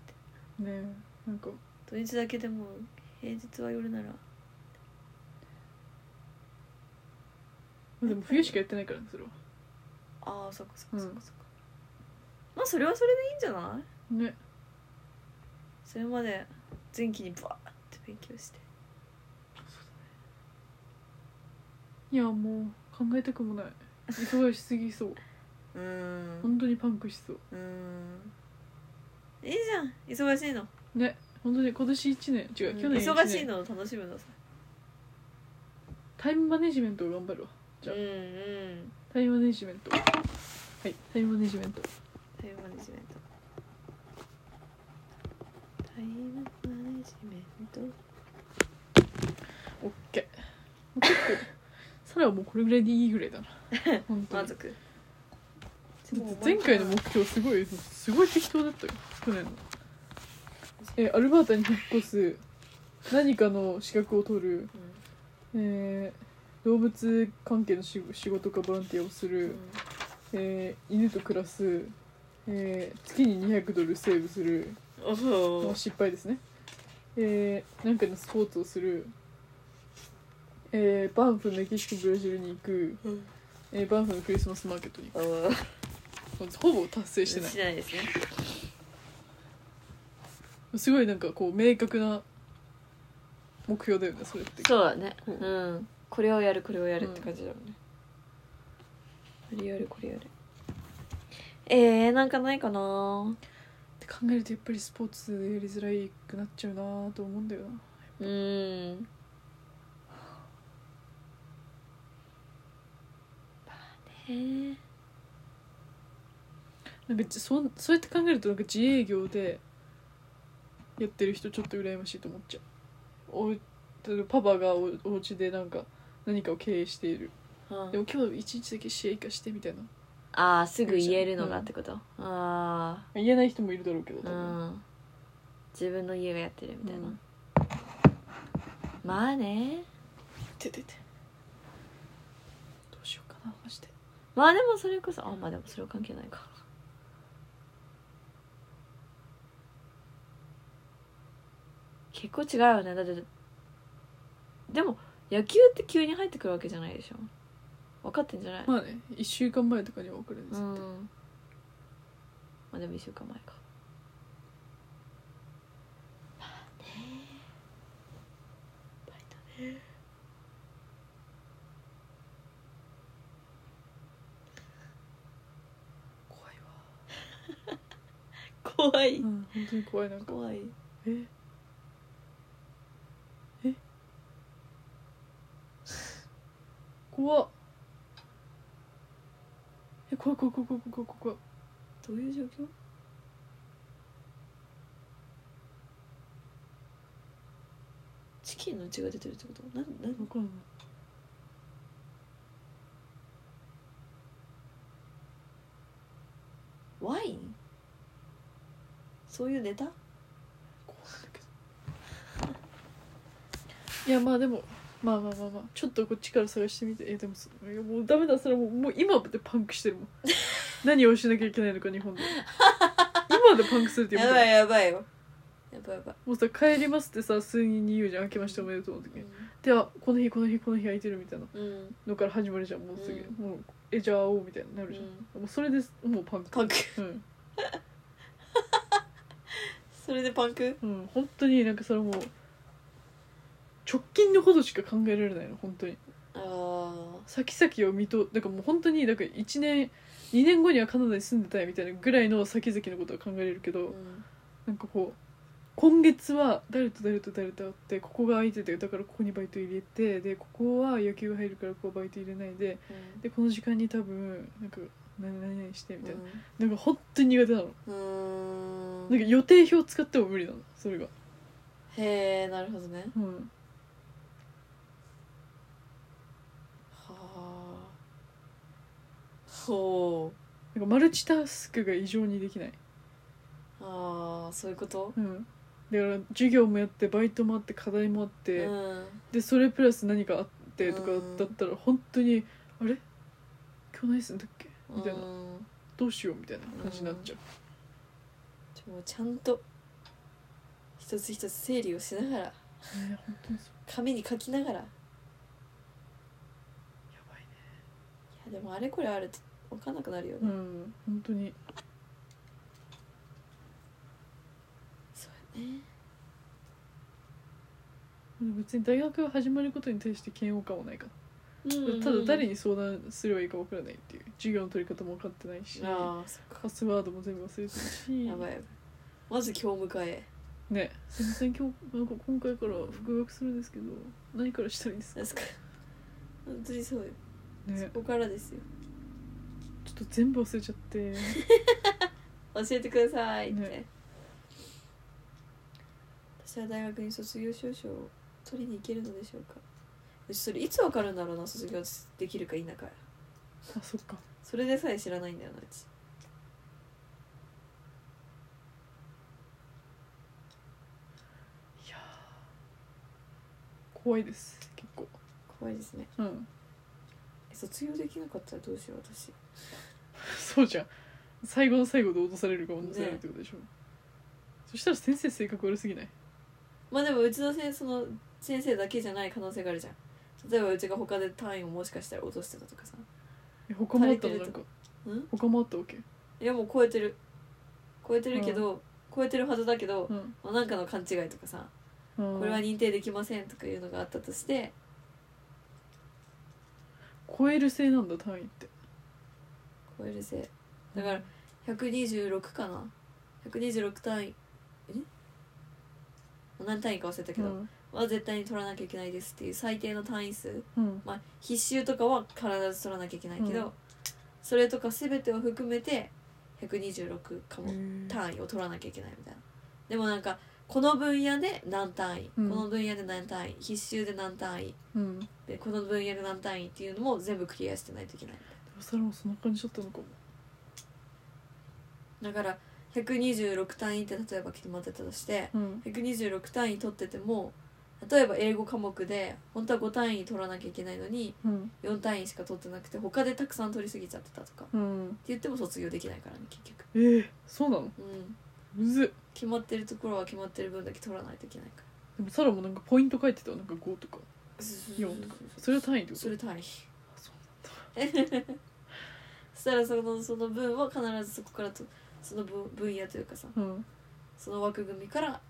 Speaker 1: ねなんか
Speaker 2: 土日だけでも平日は夜なら
Speaker 1: でも冬しかやってないからねそれは
Speaker 2: ああそっかそっかそっかそっか、まあそれはそれでいいんじゃない
Speaker 1: ね
Speaker 2: それまで前期にバーって勉強して
Speaker 1: いやもう考えたくもない忙しすぎそう
Speaker 2: うーん
Speaker 1: 本当にパンクしそう
Speaker 2: うーんいいじゃん忙しいの
Speaker 1: ね本当に今年1年違う、去年一年
Speaker 2: 忙しいのを楽しむのさ
Speaker 1: タイムマネジメントを頑張るわじゃあ
Speaker 2: うんうん
Speaker 1: タイムマネジメントはいタイムマネジメント
Speaker 2: タイムマネジメントタイムマネジメント
Speaker 1: オッケー結構 サラはもうこれぐらいでいいぐらいだな本当
Speaker 2: 満
Speaker 1: に
Speaker 2: 足
Speaker 1: 前回の目標すごいすごい適当だったよ去年のえアルバータに引っ越す何かの資格を取る、えー動物関係の仕仕事かボランティアをす
Speaker 2: う
Speaker 1: る、
Speaker 2: ん
Speaker 1: えー犬と暮らす、えー月に200ドルセーブする
Speaker 2: おそ
Speaker 1: もう
Speaker 2: う
Speaker 1: 失敗ですねえー、なんかのスポーツをするえー、バンフメキシコブラジルに行く、
Speaker 2: うん
Speaker 1: えー、バンフのクリスマスマーケットに行
Speaker 2: おー
Speaker 1: くほぼ達成してない
Speaker 2: しないですね
Speaker 1: すごいなんかこう明確な目標だよねそれって
Speaker 2: そうだね
Speaker 1: う
Speaker 2: うんんこれをやるこれをやるって感じだもんね、これやるこれやるえー、なんかないかな
Speaker 1: って考えるとやっぱりスポーツやりづらいくなっちゃうなと思うんだよな
Speaker 2: うんまあね
Speaker 1: なんかじそんそうやって考えるとなんか自営業でやってる人ちょっと羨ましいと思っちゃうお例えばパパがおお家でなんか何かを経営している
Speaker 2: うん
Speaker 1: でも今日一日だけ試合化してみたいな
Speaker 2: ああすぐ言えるのがってこと、あ
Speaker 1: 言えない人もいるだろうけど多
Speaker 2: あう
Speaker 1: 分、
Speaker 2: ん自分の家がやってるみたいな、
Speaker 1: うん
Speaker 2: まあね
Speaker 1: てててどうしようかなマジで
Speaker 2: まあでもそれこそあまあでもそれは関係ないか結構違うよねだってでも野球って急に入ってくるわけじゃないでしょ分かってんじゃない、
Speaker 1: まあね1週間前とかには送るんで
Speaker 2: う
Speaker 1: す
Speaker 2: ん
Speaker 1: って、
Speaker 2: まあでも1週間前かまあねバイトね怖い
Speaker 1: うん本当に怖いなんか
Speaker 2: 怖い
Speaker 1: ええ怖っえ怖い怖い怖い怖い怖い怖い怖い
Speaker 2: どういう状況チキンの血が出てるってことなんなん
Speaker 1: 分かんない
Speaker 2: ワインそういうネタ
Speaker 1: 怖いんだけど いやまあでもまあまあまあまあちょっとこっちから探してみてえでもそいやもうダメだそれもうもう今でパンクしてるもん何をしなきゃいけないのか日本で今でパンクするって言うこ
Speaker 2: やば
Speaker 1: と
Speaker 2: いやばいよやばいやばい、
Speaker 1: もうさ帰りますってさ数人に言うじゃん明けましておめでとうの時にではこの日この日この日空いてるみたいな
Speaker 2: うんうん
Speaker 1: のから始まるじゃんもうすぐ、もうえじゃあ会おうみたいになるじゃん、もうそれですもうパンク
Speaker 2: パンク
Speaker 1: うん、
Speaker 2: それでパンク
Speaker 1: うん、本当になんかそれもう直近のことしか考えられないの本当に
Speaker 2: ああ
Speaker 1: 先々を見とだからもう本当になんか1年2年後にはカナダに住んでたいみたいなぐらいの先々のことは考えれるけど、
Speaker 2: うん
Speaker 1: なんかこう今月は誰と誰と誰と会ってここが空いててだからここにバイト入れてでここは野球が入るからここはバイト入れないででこの時間に多分なんか何々々してみたいな、なんか本当に苦手なの
Speaker 2: うんう
Speaker 1: なん
Speaker 2: ん
Speaker 1: か予定表使っても無理なのそれが
Speaker 2: へえなるほどね
Speaker 1: うん
Speaker 2: はあほう
Speaker 1: なんかマルチタスクが異常にできない
Speaker 2: ああそういうこと
Speaker 1: うんだから授業もやってバイトもあって課題もあっ
Speaker 2: う
Speaker 1: て、
Speaker 2: ん
Speaker 1: でそれプラス何かあってとか
Speaker 2: うん
Speaker 1: だったら本当にあれ今日何すんだっけみたいな
Speaker 2: うん
Speaker 1: どうしようみたいな感じになっちゃう
Speaker 2: ちょもうちゃんと一つ一つ整理をしながら
Speaker 1: ね本当にそう
Speaker 2: 紙に書きながらい
Speaker 1: やばいね
Speaker 2: やでもあれこれあると分かんなくなるよね、
Speaker 1: うん本当に
Speaker 2: そうやね
Speaker 1: 別に大学が始まることに対して嫌悪感はないか
Speaker 2: うん
Speaker 1: ら、ただ誰に相談すればいいか分からないっていう授業の取り方も分かってないし
Speaker 2: ああそっか
Speaker 1: パスワードも全部忘れてるし
Speaker 2: やばいやばいまず今日迎え
Speaker 1: ねすみません今日なんか今回から復学するんですけど何からしたらいいですか
Speaker 2: ですか本当にそうよ、
Speaker 1: ね
Speaker 2: そこからですよ
Speaker 1: ちょっと全部忘れちゃ って
Speaker 2: 教えてくださいって、
Speaker 1: ね
Speaker 2: 私は大学に卒業証書を取りに行けるのでしょうか私それいつわかるんだろうな卒業できるか否か
Speaker 1: あそっか
Speaker 2: それでさえ知らないんだよなうち
Speaker 1: いやー怖いです結構
Speaker 2: 怖いですね
Speaker 1: うん
Speaker 2: 卒業できなかったらどうしよう私
Speaker 1: そうじゃん最後の最後で落とされるか落とされるってことでしょ、そしたら先生性格悪すぎない
Speaker 2: まあでもうちの先その先生だけじゃない可能性があるじゃん例えばうちが他で単位をもしかしたら落としてたとかさ
Speaker 1: え他もあった
Speaker 2: 足
Speaker 1: の
Speaker 2: りて
Speaker 1: な
Speaker 2: る
Speaker 1: ん
Speaker 2: と
Speaker 1: か
Speaker 2: うん
Speaker 1: 他もあったわけ
Speaker 2: いやもう超えてる超えてるけど、超えてるはずだけど、
Speaker 1: うん
Speaker 2: まあ、なんかの勘違いとかさ
Speaker 1: こ
Speaker 2: これは認定できませんとかいうのがあったとして
Speaker 1: 超える性なんだ単位って
Speaker 2: 超えるせだから126かな126単位え何単位か忘れたけ
Speaker 1: う
Speaker 2: ど、
Speaker 1: ん
Speaker 2: は絶対に取らなきゃいけないですっていう最低の単位数
Speaker 1: うん
Speaker 2: まあ必修とかは必ず取らなきゃいけないけど、
Speaker 1: うん
Speaker 2: それとか全てを含めて126科目
Speaker 1: へー
Speaker 2: 単位を取らなきゃいけないみたいなでもなんかこの分野で何単位、
Speaker 1: うん
Speaker 2: この分野で何単位必修で何単位
Speaker 1: うんでも
Speaker 2: でこの分野で何単位っていうのも全部クリアしてないといけない
Speaker 1: それもそんな感じだったのかも
Speaker 2: だから126単位って例えば決まってたとして
Speaker 1: うん
Speaker 2: 126単位取ってても例えば英語科目で本当は5単位取らなきゃいけないのに
Speaker 1: うん
Speaker 2: 4単位しか取ってなくて他でたくさん取りすぎちゃってたとかって
Speaker 1: うん
Speaker 2: 言っても卒業できないからね結局
Speaker 1: えー、そうなの
Speaker 2: うん
Speaker 1: むずっ
Speaker 2: 決まってるところは決まってる分だけ取らないといけないから
Speaker 1: でもサラもなんかポイント書いてたわなんか5とか4とかそれは単位ってこと
Speaker 2: それ単位
Speaker 1: あそう
Speaker 2: そしたらそのその分は必ずそこからとその分分野というかさ
Speaker 1: うん
Speaker 2: その枠組みから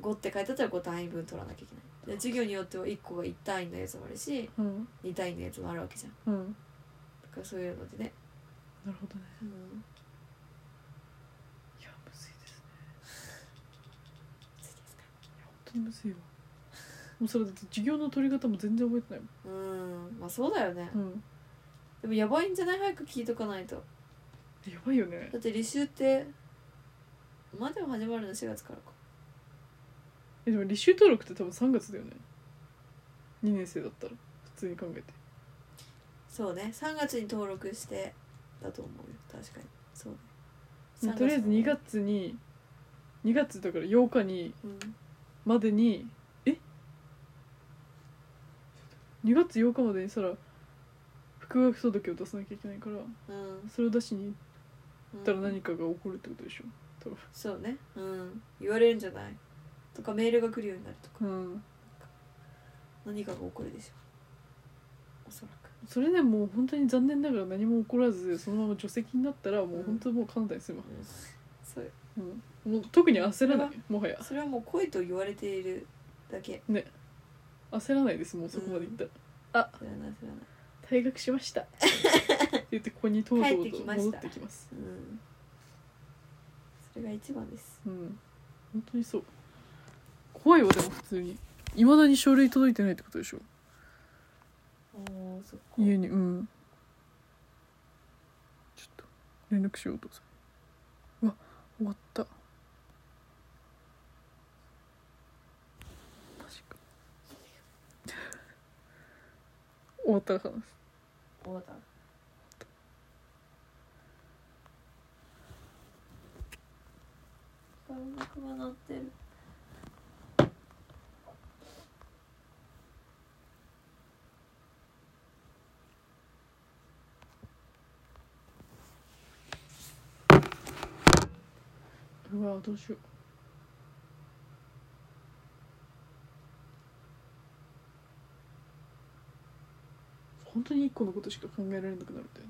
Speaker 2: 5って書いてあったら5単位分取らなきゃいけないで授業によっては1個が1単位のやつもあるし
Speaker 1: うん
Speaker 2: 2単位のやつもあるわけじゃん
Speaker 1: うん
Speaker 2: だからそういうのでね、
Speaker 1: なるほどね
Speaker 2: うん
Speaker 1: いやむずいですね当にむずいわもうそれだって授業の取り方も全然覚えてない
Speaker 2: うんまあそうだよね、
Speaker 1: もん、うん、
Speaker 2: でもやばいんじゃない早く聞いとかないと
Speaker 1: やばいよね
Speaker 2: だって履修ってまあでも始まるの4月からか
Speaker 1: えでも履修登録って多分3月だよね2年生だったら普通に考えて
Speaker 2: そうね3月に登録してだと思うよ確かにそうね
Speaker 1: まあとりあえず2月に2月だから8日に
Speaker 2: うん
Speaker 1: までにえ2月8日までにしたら復学届を出さなきゃいけないから
Speaker 2: うん
Speaker 1: それを出しに行っ
Speaker 2: うん
Speaker 1: たら何かが起こるってことでしょ
Speaker 2: そうねうん言われるんじゃないとかメールが来るようになるとか
Speaker 1: うん
Speaker 2: 何かが起こるでしょうおそらく
Speaker 1: それでもう本当に残念ながら何も起こらずそのまま除籍になったらもう本当もうカナダに住む、
Speaker 2: そう
Speaker 1: うん、もう特に焦らないもはや
Speaker 2: それはもう恋と言われているだけ
Speaker 1: 焦らないですもうそこまでいったら、
Speaker 2: それはないそれはない
Speaker 1: 退学しま したって言ってここにとうとうと戻ってきます
Speaker 2: うんそれが一番です
Speaker 1: うん本当にそう怖いわでも普通にいまだに書類届いてないってことでしょ
Speaker 2: おおそっか
Speaker 1: 家にうんちょっと連絡しようとさうわ終わったマジか 終わったら話す
Speaker 2: 終わったバルマクが鳴ってる
Speaker 1: うわどうしよう本当に一個のことしか考えられなくなるんだよね